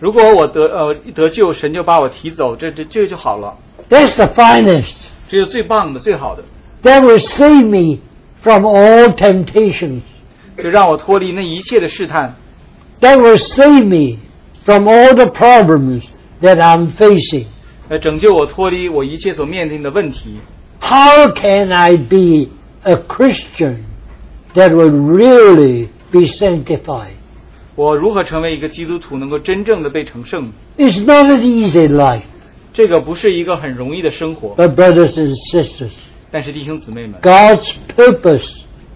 S2: 如果我得呃得救，神就把我提走，这这这就好了，
S3: That's the finest.
S2: 这是最棒的、最好的，
S3: That will save me from all temptations.
S2: 就让我脱离那一切的试探，
S3: That will save me from all the problems that I'm facing.
S2: 呃，拯救我脱离我一切所面临的问题。
S3: How can I be a Christian that will really be sanctified?
S2: 我如何成为一个基督徒，能够真正的被成圣？
S3: It's not an easy life,
S2: 这个不是一个很容易的生活，
S3: but brothers and sisters,
S2: 但是弟兄姊妹们，
S3: God's purpose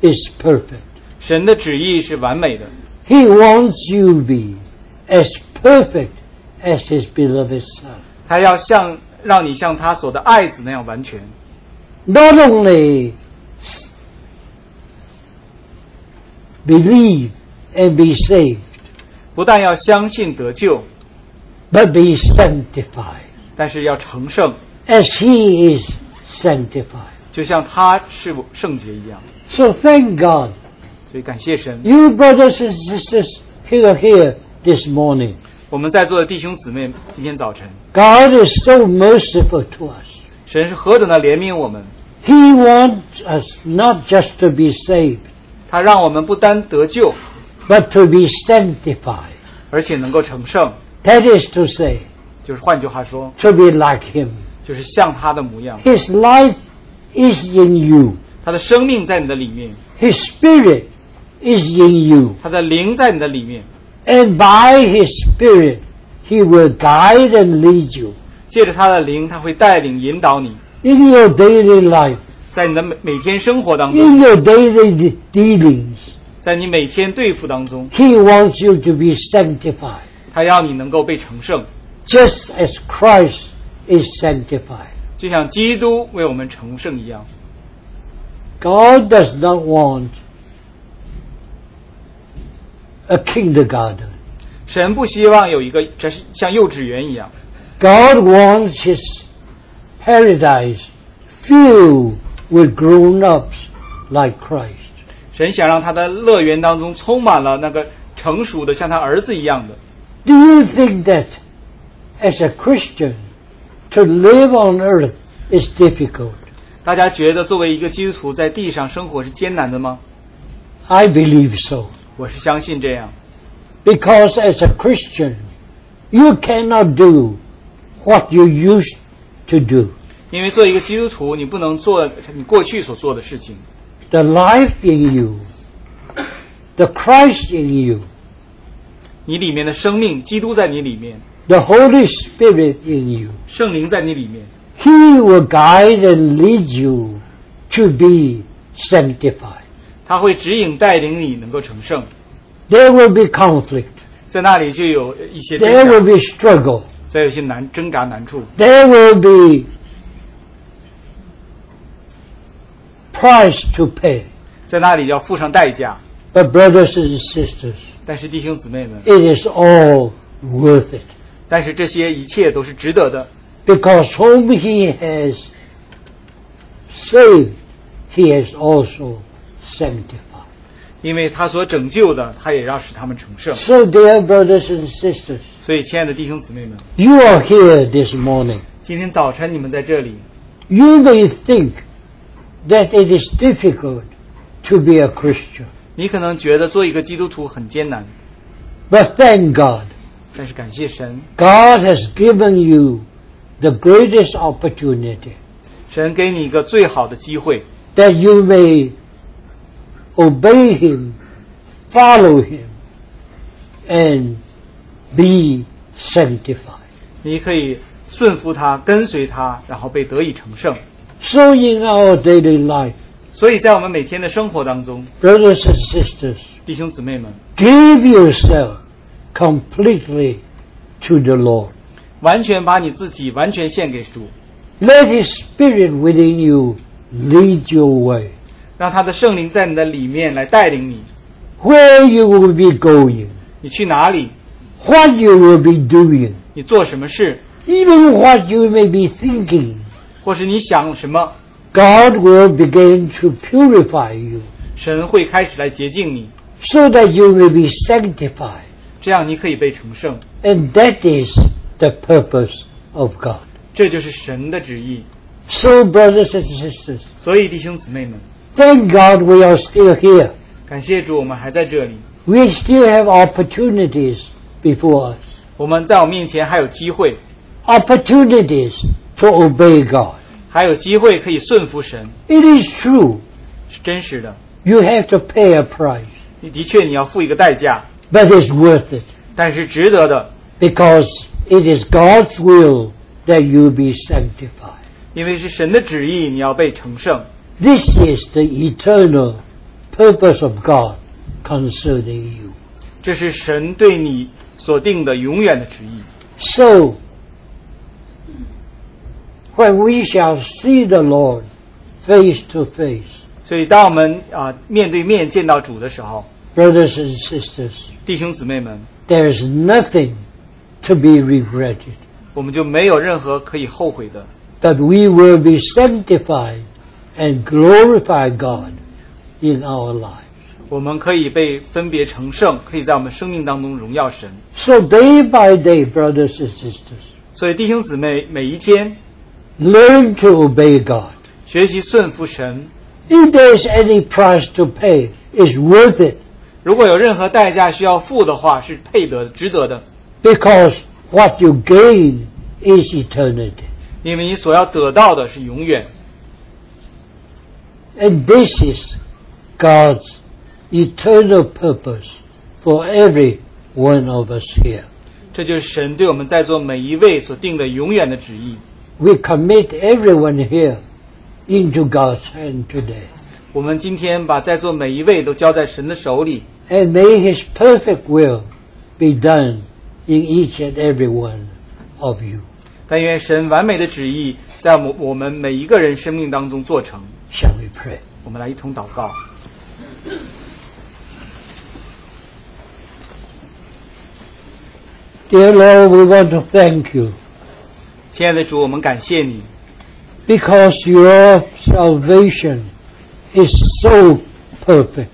S3: is perfect.
S2: 神的旨意是完美的，
S3: He wants you to be as perfect as His beloved Son.
S2: 他要像让你像他所的爱子那样完全，
S3: Not only s- believe and be saved,
S2: 不但要相信得救，
S3: but be sanctified
S2: 但是要成圣，
S3: as He is sanctified.
S2: 就像他是圣洁一样。
S3: So thank God.
S2: 所以感谢神，
S3: You brothers and sisters who are here this morning,
S2: 我们在座的弟兄姊妹，今天早晨，
S3: God is so merciful to us.
S2: 神是何等的怜悯我们，
S3: He wants us not just to be saved,
S2: 他让我们不单得救，
S3: but to be sanctified.
S2: 而且能够成圣，
S3: That is to say,
S2: 就是换句话说，
S3: to be like Him.
S2: 就是像他的模样，
S3: His life is in you.
S2: 他的生命在你的里面，
S3: His spirit is in you.
S2: 他的灵在你的里面，
S3: And by His spirit, He will guide and lead you
S2: 借着他的灵，他会带领引导你，
S3: in your daily life,
S2: 在你的每每天生活当
S3: in
S2: 中，
S3: your daily de- dealings.
S2: 在你每天对付当中，
S3: He wants you to be sanctified,
S2: 他要你能够被成圣，
S3: just as Christ is sanctified.
S2: 就像基督为我们成圣一样。
S3: God does not want a kindergarten.
S2: 神不希望有一个，这是像幼稚园一样，
S3: God wants His paradise filled with grown-ups like Christ.
S2: 神想让他的乐园当中充满了那个成熟的，像他儿子一样的。
S3: Do you think that as a Christian to live on earth is difficult?
S2: 大家觉得作为一个基督徒在地上生活是艰难的吗？
S3: I believe so.
S2: 我是相信这样，
S3: Because as a Christian, you cannot do what you used to do.
S2: 因为做一个基督徒，你不能做你过去所做的事情，
S3: The life in you, the Christ in you,
S2: 你里面的生命，基督在你里面，
S3: the Holy Spirit in you,
S2: 圣灵在你里面，
S3: He will guide and lead you to be sanctified.
S2: 他会指引带领你能够成圣。
S3: There will be conflict.
S2: 在那里就有一些挣
S3: There
S2: 扎
S3: will，be struggle.
S2: 再有一些难挣扎难处，
S3: There will be price to pay.
S2: 在那里要付上代价。
S3: But brothers and sisters,
S2: 但是弟兄姊妹们，
S3: it is all worth it.
S2: 但是这些一切都是值得的，
S3: Because whom he has saved, he has also sanctified.
S2: 因为他所拯救的，他也要使他们成圣。
S3: So, dear brothers and sisters,
S2: 所以，亲爱的弟兄姊妹们，
S3: you are here this morning.
S2: 今天早晨你们在这里，
S3: You may think that it is difficult to be a Christian,
S2: 你可能觉得做一个基督徒很艰难，
S3: but thank God,
S2: 但是感谢神，
S3: God has given you the greatest opportunity
S2: 神给你一个最好的机会，
S3: that you may obey Him, follow Him, and be sanctified.
S2: 你可以顺服他，跟随他，然后被得以成圣。
S3: So in our daily life,
S2: 所以在我们每天的生活当中，
S3: Brothers and sisters,
S2: 弟兄姊妹们，
S3: give yourself completely to the Lord.
S2: 完全把你自己完全献给主，
S3: Let His Spirit within you lead your way.
S2: 让他的圣灵在你的里面来带领你，
S3: Where you will be going,
S2: 你去哪里，
S3: what you will be doing,
S2: 你做什么事，
S3: even what you may be thinking,
S2: 或是你想什么，
S3: God will begin to purify you
S2: 神会开始来洁净你，
S3: so that you may be sanctified.
S2: 这样你可以被成圣。
S3: And that is the purpose of God.
S2: 这就是神的旨意。
S3: So, brothers and sisters,
S2: 所以弟兄姊妹们，
S3: thank God we are still here.
S2: 感谢主，我们还在这里，
S3: We still have opportunities before us,
S2: 我们在我面前还有机会，
S3: opportunities to obey God.
S2: 还有机会可以顺服神，
S3: It is true,
S2: 是真实的。
S3: you have to pay a price,
S2: 你的确你要付一个代价，
S3: but it's worth it
S2: 但是值得的，
S3: because it is God's will that you be sanctified.
S2: 因为是神的旨意，你要被成圣。
S3: This is the eternal purpose of God concerning you.
S2: 这是神对你所定的永远的旨意。
S3: So, when we shall see the Lord face to face,
S2: 所以，当我们啊、面对面见到主的时候，
S3: brothers and sisters,
S2: 弟兄姊妹们，
S3: there is nothing to be regretted,
S2: 我们就没有任何可以后悔的，
S3: but we will be sanctified and glorify God in our life.
S2: 我们可以被分别成圣，可以在我们生命当中荣耀神。
S3: So day by day, brothers and sisters,
S2: 所以，弟兄姊妹，每一天
S3: learn to obey God.
S2: 学习顺服神，
S3: If there is any price to pay, it's worth it
S2: 如果有任何代价需要付的话，是配得、值得的，
S3: because what you gain is eternity.
S2: 因为你所要得到的是永远。
S3: And this is God's eternal purpose for every one of us here.
S2: 这就是神对我们在座每一位所定的永远的旨意。
S3: We commit everyone here into God's hand today.
S2: 我们今天把在座每一位都交在神的手里，
S3: And may His perfect will be done in each and every one of you.
S2: 但愿神完美的旨意在我们我们每一个人生命当中做成。
S3: Shall we pray?
S2: 我们来一同祷告，
S3: Dear Lord, we want to thank you
S2: 亲爱的主，我们感谢你，
S3: because your salvation is so perfect.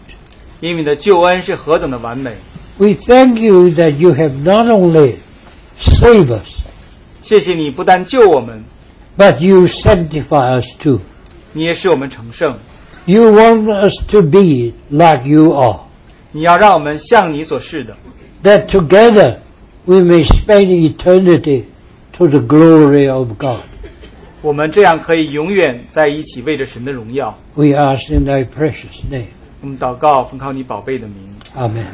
S2: 因为你的救恩是何等的完美。
S3: We thank you that you have not only saved us,
S2: 谢谢你不但救我们，
S3: but you sanctify us too.
S2: 你也使我们成圣。
S3: You want us to be like you are,
S2: 你要让我们像你所示的，
S3: that together we may spend eternity to the glory of God.
S2: 我们这样可以永远在一起，为着神的荣耀。
S3: We ask in thy precious name.
S2: 我们祷告，奉靠你宝贝的名。
S3: Amen.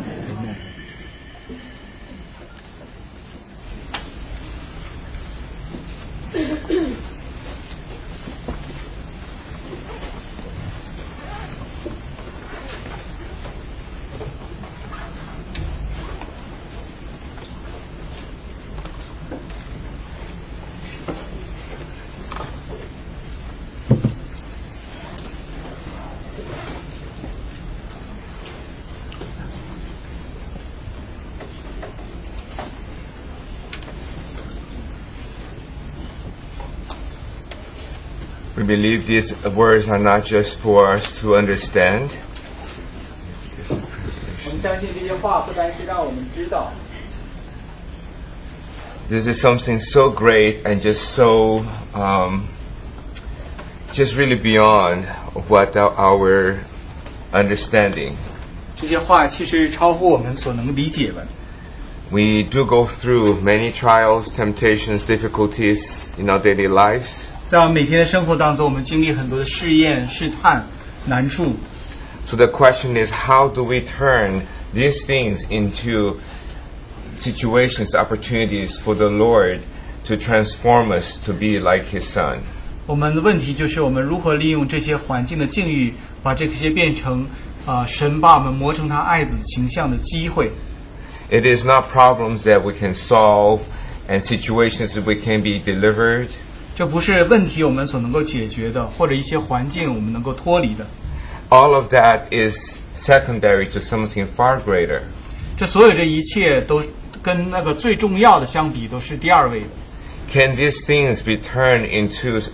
S1: We believe these words are not just for us to understand,
S2: 我们相信这些话不单是让我们知道，
S1: this is something so great and just so um, just really beyond what our- our understanding
S2: 这些话其实是超乎我们所能理解的。
S1: we do go through many trials temptations difficulties in our daily lives
S2: 在我们每天的生活当中，我们经历很多的试验、试探、难处。
S1: so the question is how do we turn these things into situations opportunities for the lord to transform us to be like his son
S2: 我们的问题就是我们如何利用这些环境的境遇，把这些变成啊、神把我们磨成他爱子形象的机会。
S1: It is not problems that we can solve and situations that we can be delivered.
S2: 这不是问题我们所能够解决的，或者一些环境我们能够脱离的。
S1: All of that is secondary to something far greater.
S2: 这所有这一切都跟那个最重要的相比，都是第二位的。
S1: Can these things be turned into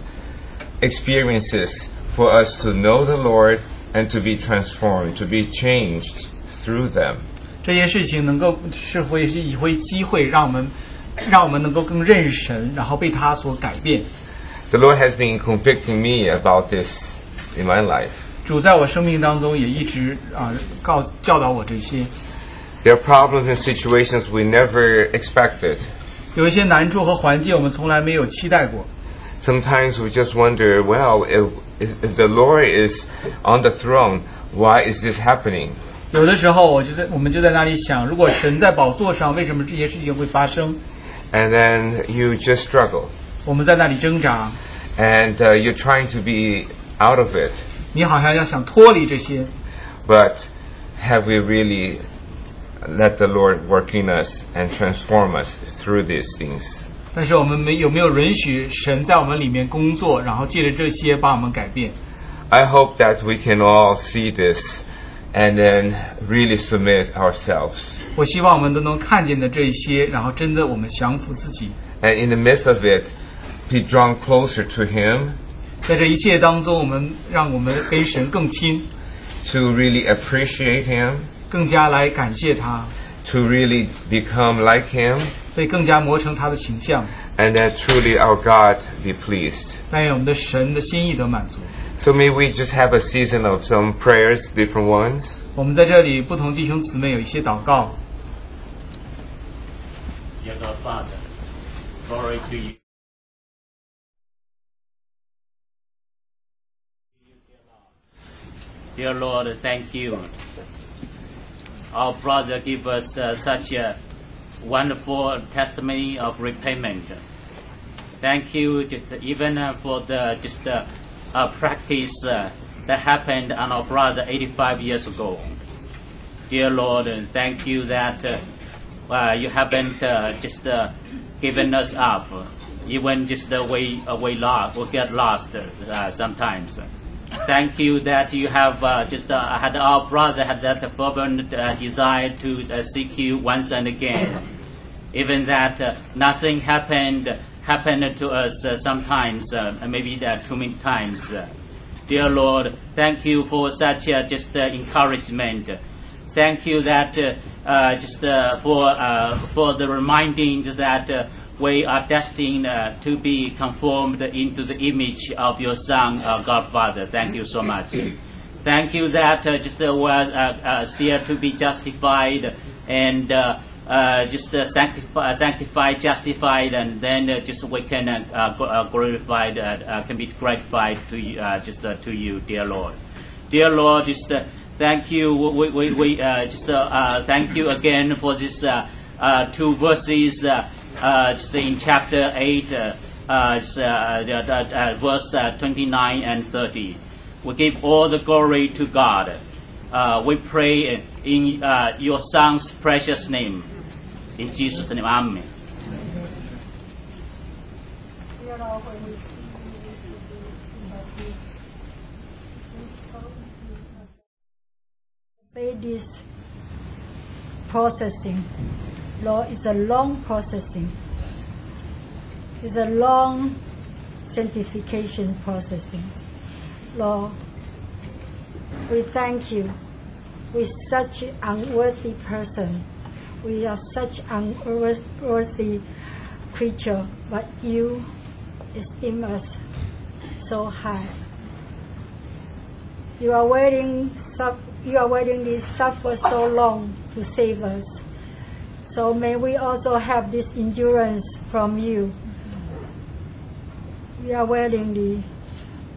S1: experiences for us to know the Lord and to be transformed, to be changed through them?
S2: 这些事情能够是会是一回机会，让我们让我们能够更认识神，然后被他所改变。
S1: The Lord has been convicting me about this in my life.
S2: 主在我生命当中也一直啊告教导我这些，
S1: There are problems and situations we never expected.
S2: 有一些难处和环境我们从来没有期待过。
S1: Sometimes we just wonder, well, if, if if the Lord is on the throne, why is this happening?
S2: 有的时候我就在我们就在那里想，如果神在宝座上，为什么这些事情会发生？
S1: And then you just struggle,
S2: 我们在那里挣扎，
S1: and uh, you're trying to be out of it.
S2: 你好像要想脱离这些，
S1: But have we really let the Lord work in us and transform us through these things?
S2: 但是我们没有没有允许神在我们里面工作，然后借着这些把我们改变。
S1: I hope that we can all see this and then really submit ourselves.
S2: 我希望我们都能看见的这一些，然后真的我们降服自己，
S1: and in the midst of it, be drawn closer to Him
S2: 在这一切当中，我们让我们跟神更亲，
S1: to really appreciate Him,
S2: 更加来感谢他，
S1: to really become like Him,
S2: 被更加磨成他的形象。
S1: and that truly our God be pleased.
S2: 但愿我们的神的心意得满足。
S1: So may we just have a season of some prayers, different ones.
S2: 我们在这里不同弟兄姊妹有一些祷告，
S4: Dear God Father, glory to you. Dear Lord, thank you. Our brother gave us uh, such a wonderful testimony of repayment. Thank you, just even uh, for the just uh, uh, practice uh, that happened on our brother 85 years ago. Dear Lord, and thank you that uh, uh, you haven't uh, just uh, given us up, even just the way uh, we lost we get lost uh, sometimes. Thank you that you have uh, just uh, had our brother had that fervent uh, desire to uh, seek you once and again. Even that uh, nothing happened happened to us uh, sometimes, uh, maybe that too many times. uh. Dear Lord, thank you for such uh, just uh, encouragement. Thank you that uh, uh, just uh, for uh, for the reminding that uh, we are destined uh, to be conformed into the image of your Son, uh, God Father. Thank you so much. Thank you that uh, just uh, was uh, uh, still to be justified and. Uh, uh, just uh, sanctified, sanctified, justified, and then uh, just we can uh, uh, gl- uh, glorified, uh, uh, can be gratified to you, uh, just uh, to you, dear Lord. Dear Lord, just uh, thank you. We, we, we uh, just uh, uh, thank you again for this uh, uh, two verses uh, uh, just in chapter 8, uh, uh, s- uh, uh, uh, verse uh, 29 and 30. We give all the glory to God. Uh, we pray in uh, your Son's precious name. In Jesus' name, Amen.
S5: 热闹会会吸引你去听到听，你收听到。Obey this processing. Lord, it's a long processing. It's a long sanctification processing. Lord, we thank you. We're such unworthy person. We are such unworthy creature, but you esteem us so high. You are waiting, suff- you are waiting to suffer so long to save us. So may we also have this endurance from you. We are willingly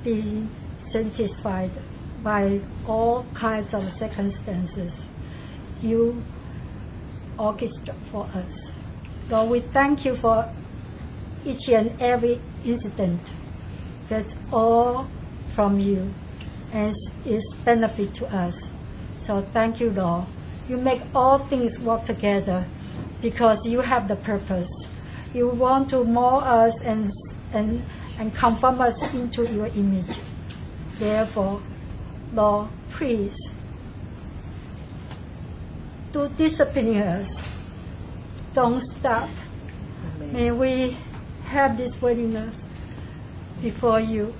S5: be satisfied by all kinds of circumstances you orchestrate for us. Lord, we thank you for each and every incident That's all from you and is benefit to us. So thank you, Lord. You make all things work together because you have the purpose. You want to mold us and, and, and conform us into your image. Therefore, Lord, please to discipline us. Don't stop. May we have this willingness before you,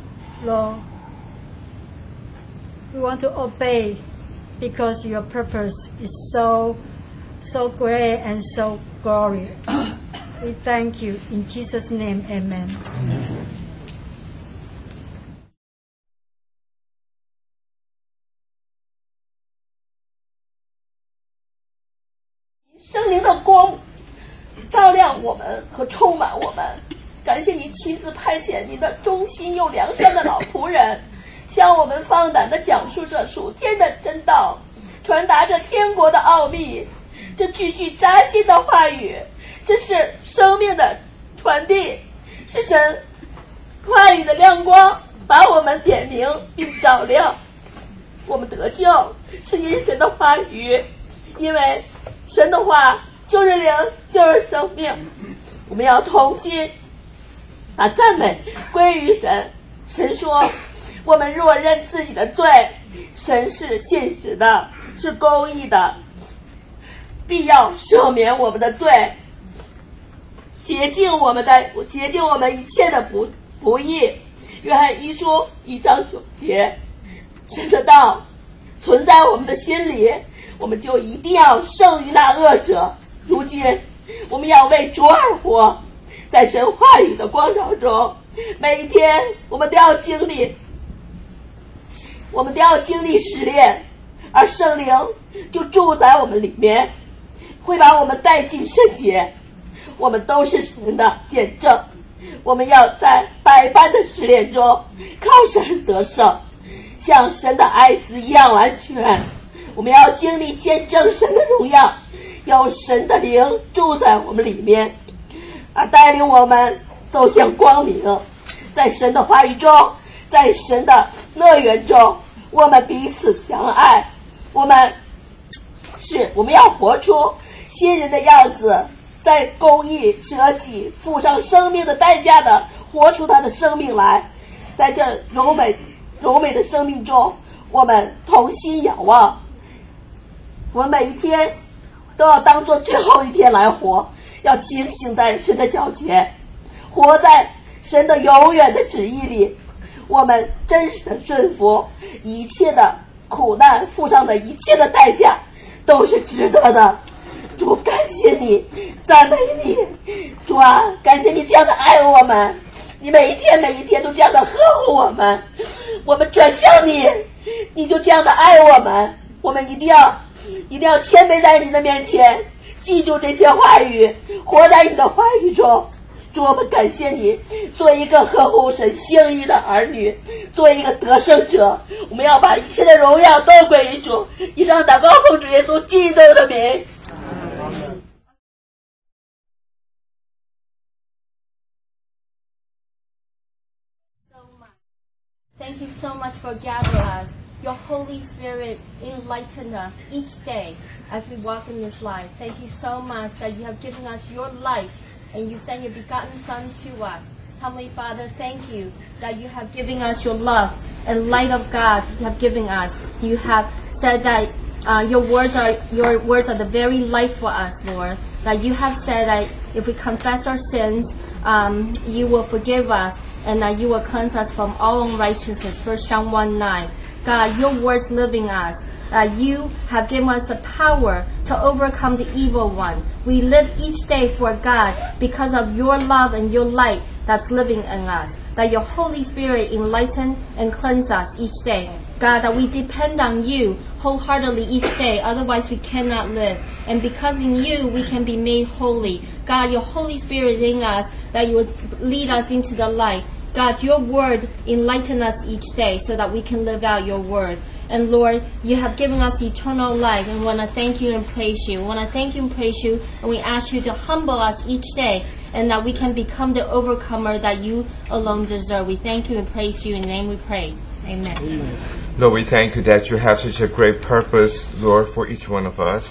S5: Lord. We want to obey because your purpose is so, so great and so glorious. (coughs) we thank you. In Jesus' name, amen.
S6: 圣灵的光照亮我们和充满我们。感谢您亲自派遣您的忠心又良善的老仆人，向我们放胆的讲述着属天的真道，传达着天国的奥秘。这句句扎心的话语，这是生命的传递，是神话语的亮光，把我们点明并照亮。我们得救是因神的话语，因为神的话就是灵，就是生命。我们要同心，把赞美归于神。神说：“我们若认自己的罪，神是信实的，是公义的，必要赦免我们的罪，洁净我们的洁净我们一切的不不义。”约翰一书一章九节，神的道存在我们的心里，我们就一定要胜于那恶者。如今，我们要为主而活，在神话语的光照中，每一天我们都要经历，我们都要经历试炼，而圣灵就住在我们里面，会把我们带进圣洁。我们都是神的见证，我们要在百般的试炼中靠神得胜，像神的爱子一样完全。我们要经历见证神的荣耀，有神的灵住在我们里面，而带领我们走向光明。在神的话语中，在神的乐园中，我们彼此相爱。我们是我们要活出新人的样子，在公益、舍己、付上生命的代价的活出他的生命来。在这柔美柔美的生命中，我们同心仰望。我们每一天都要当做最后一天来活，要清醒在神的脚前，活在神的永远的旨意里。我们真实的顺服一切的苦难，付上的一切的代价都是值得的。主，感谢你，赞美你，主啊，感谢你这样的爱我们，你每一天每一天都这样的呵护我们，我们转向你，你就这样的爱我们，我们一定要一定要谦卑在你的面前，记住这些话语，活在你的话语中。主，我们感谢你，做一个合乎神心意的儿女，做一个得胜者。我们要把一切的荣耀都归于主。以上祷告奉主耶稣基督的名。
S7: Thank you so much for gathering us. Your Holy Spirit enlighten us each day as we walk in this life. Thank you so much that you have given us your life and you sent your begotten Son to us. Heavenly Father, thank you that you have given us your love and light of God. You have given us. You have said that uh, your words are your words are the very life for us, Lord. That you have said that if we confess our sins, um, you will forgive us and that you will cleanse us from all unrighteousness. First John 1 9. God, your words live in us. That you have given us the power to overcome the evil one. We live each day for God because of your love and your light that's living in us. That your Holy Spirit enlighten and cleanse us each day. God, that we depend on you wholeheartedly each day, otherwise we cannot live. And because in you we can be made holy. God, your Holy Spirit is in us, that you would lead us into the light. God, your word enlighten us each day so that we can live out your word. And Lord, you have given us eternal life and we want to thank you and praise you. We want to thank you and praise you and we ask you to humble us each day and that we can become the overcomer that you alone deserve. We thank you and praise you. In your name we pray. Amen.
S1: Lord, we thank you that you have such a great purpose, Lord, for each one of us.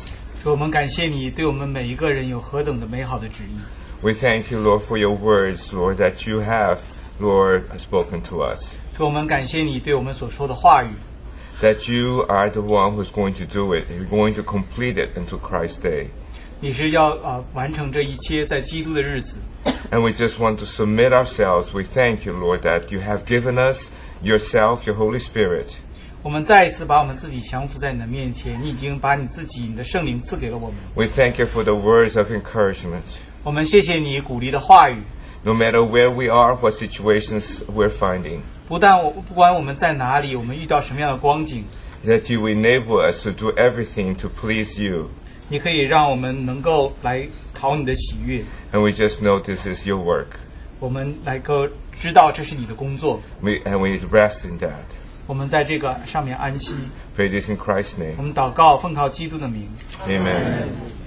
S2: 主，我们感谢你对我们每一个人有何等的美好的旨意。
S1: We thank you, Lord, for your words, Lord, that you have, Lord, spoken to us.
S2: 主，我们感谢你对我们所说的话语。
S1: That you are the one who's going to do it, and you're going to complete it until Christ's day.
S2: 你是要啊、呃完成这一切在基督的日子。
S1: And we just want to submit ourselves. We thank you, Lord, that you have given us yourself, your Holy Spirit.
S2: 我们再一次把我们自己降服在你的面前，你已经把你自己、你的圣灵赐给了我们。
S1: We thank you for the words of encouragement.
S2: 我们谢谢你鼓励的话语，
S1: No matter where we are, what situations we're finding,
S2: 不但我不管我们在哪里，我们遇到什么样的光景，
S1: that you enable us to do everything to please you.
S2: 你可以让我们能够来讨你的喜悦，
S1: And we just know this is your work.
S2: 我们来够知道这是你的工作，
S1: We, and we rest in that.
S2: 我们在这个上面安息。
S1: Pray this in Christ's
S2: 我
S1: name.
S2: 们祷告，奉靠基督的名。
S1: Amen.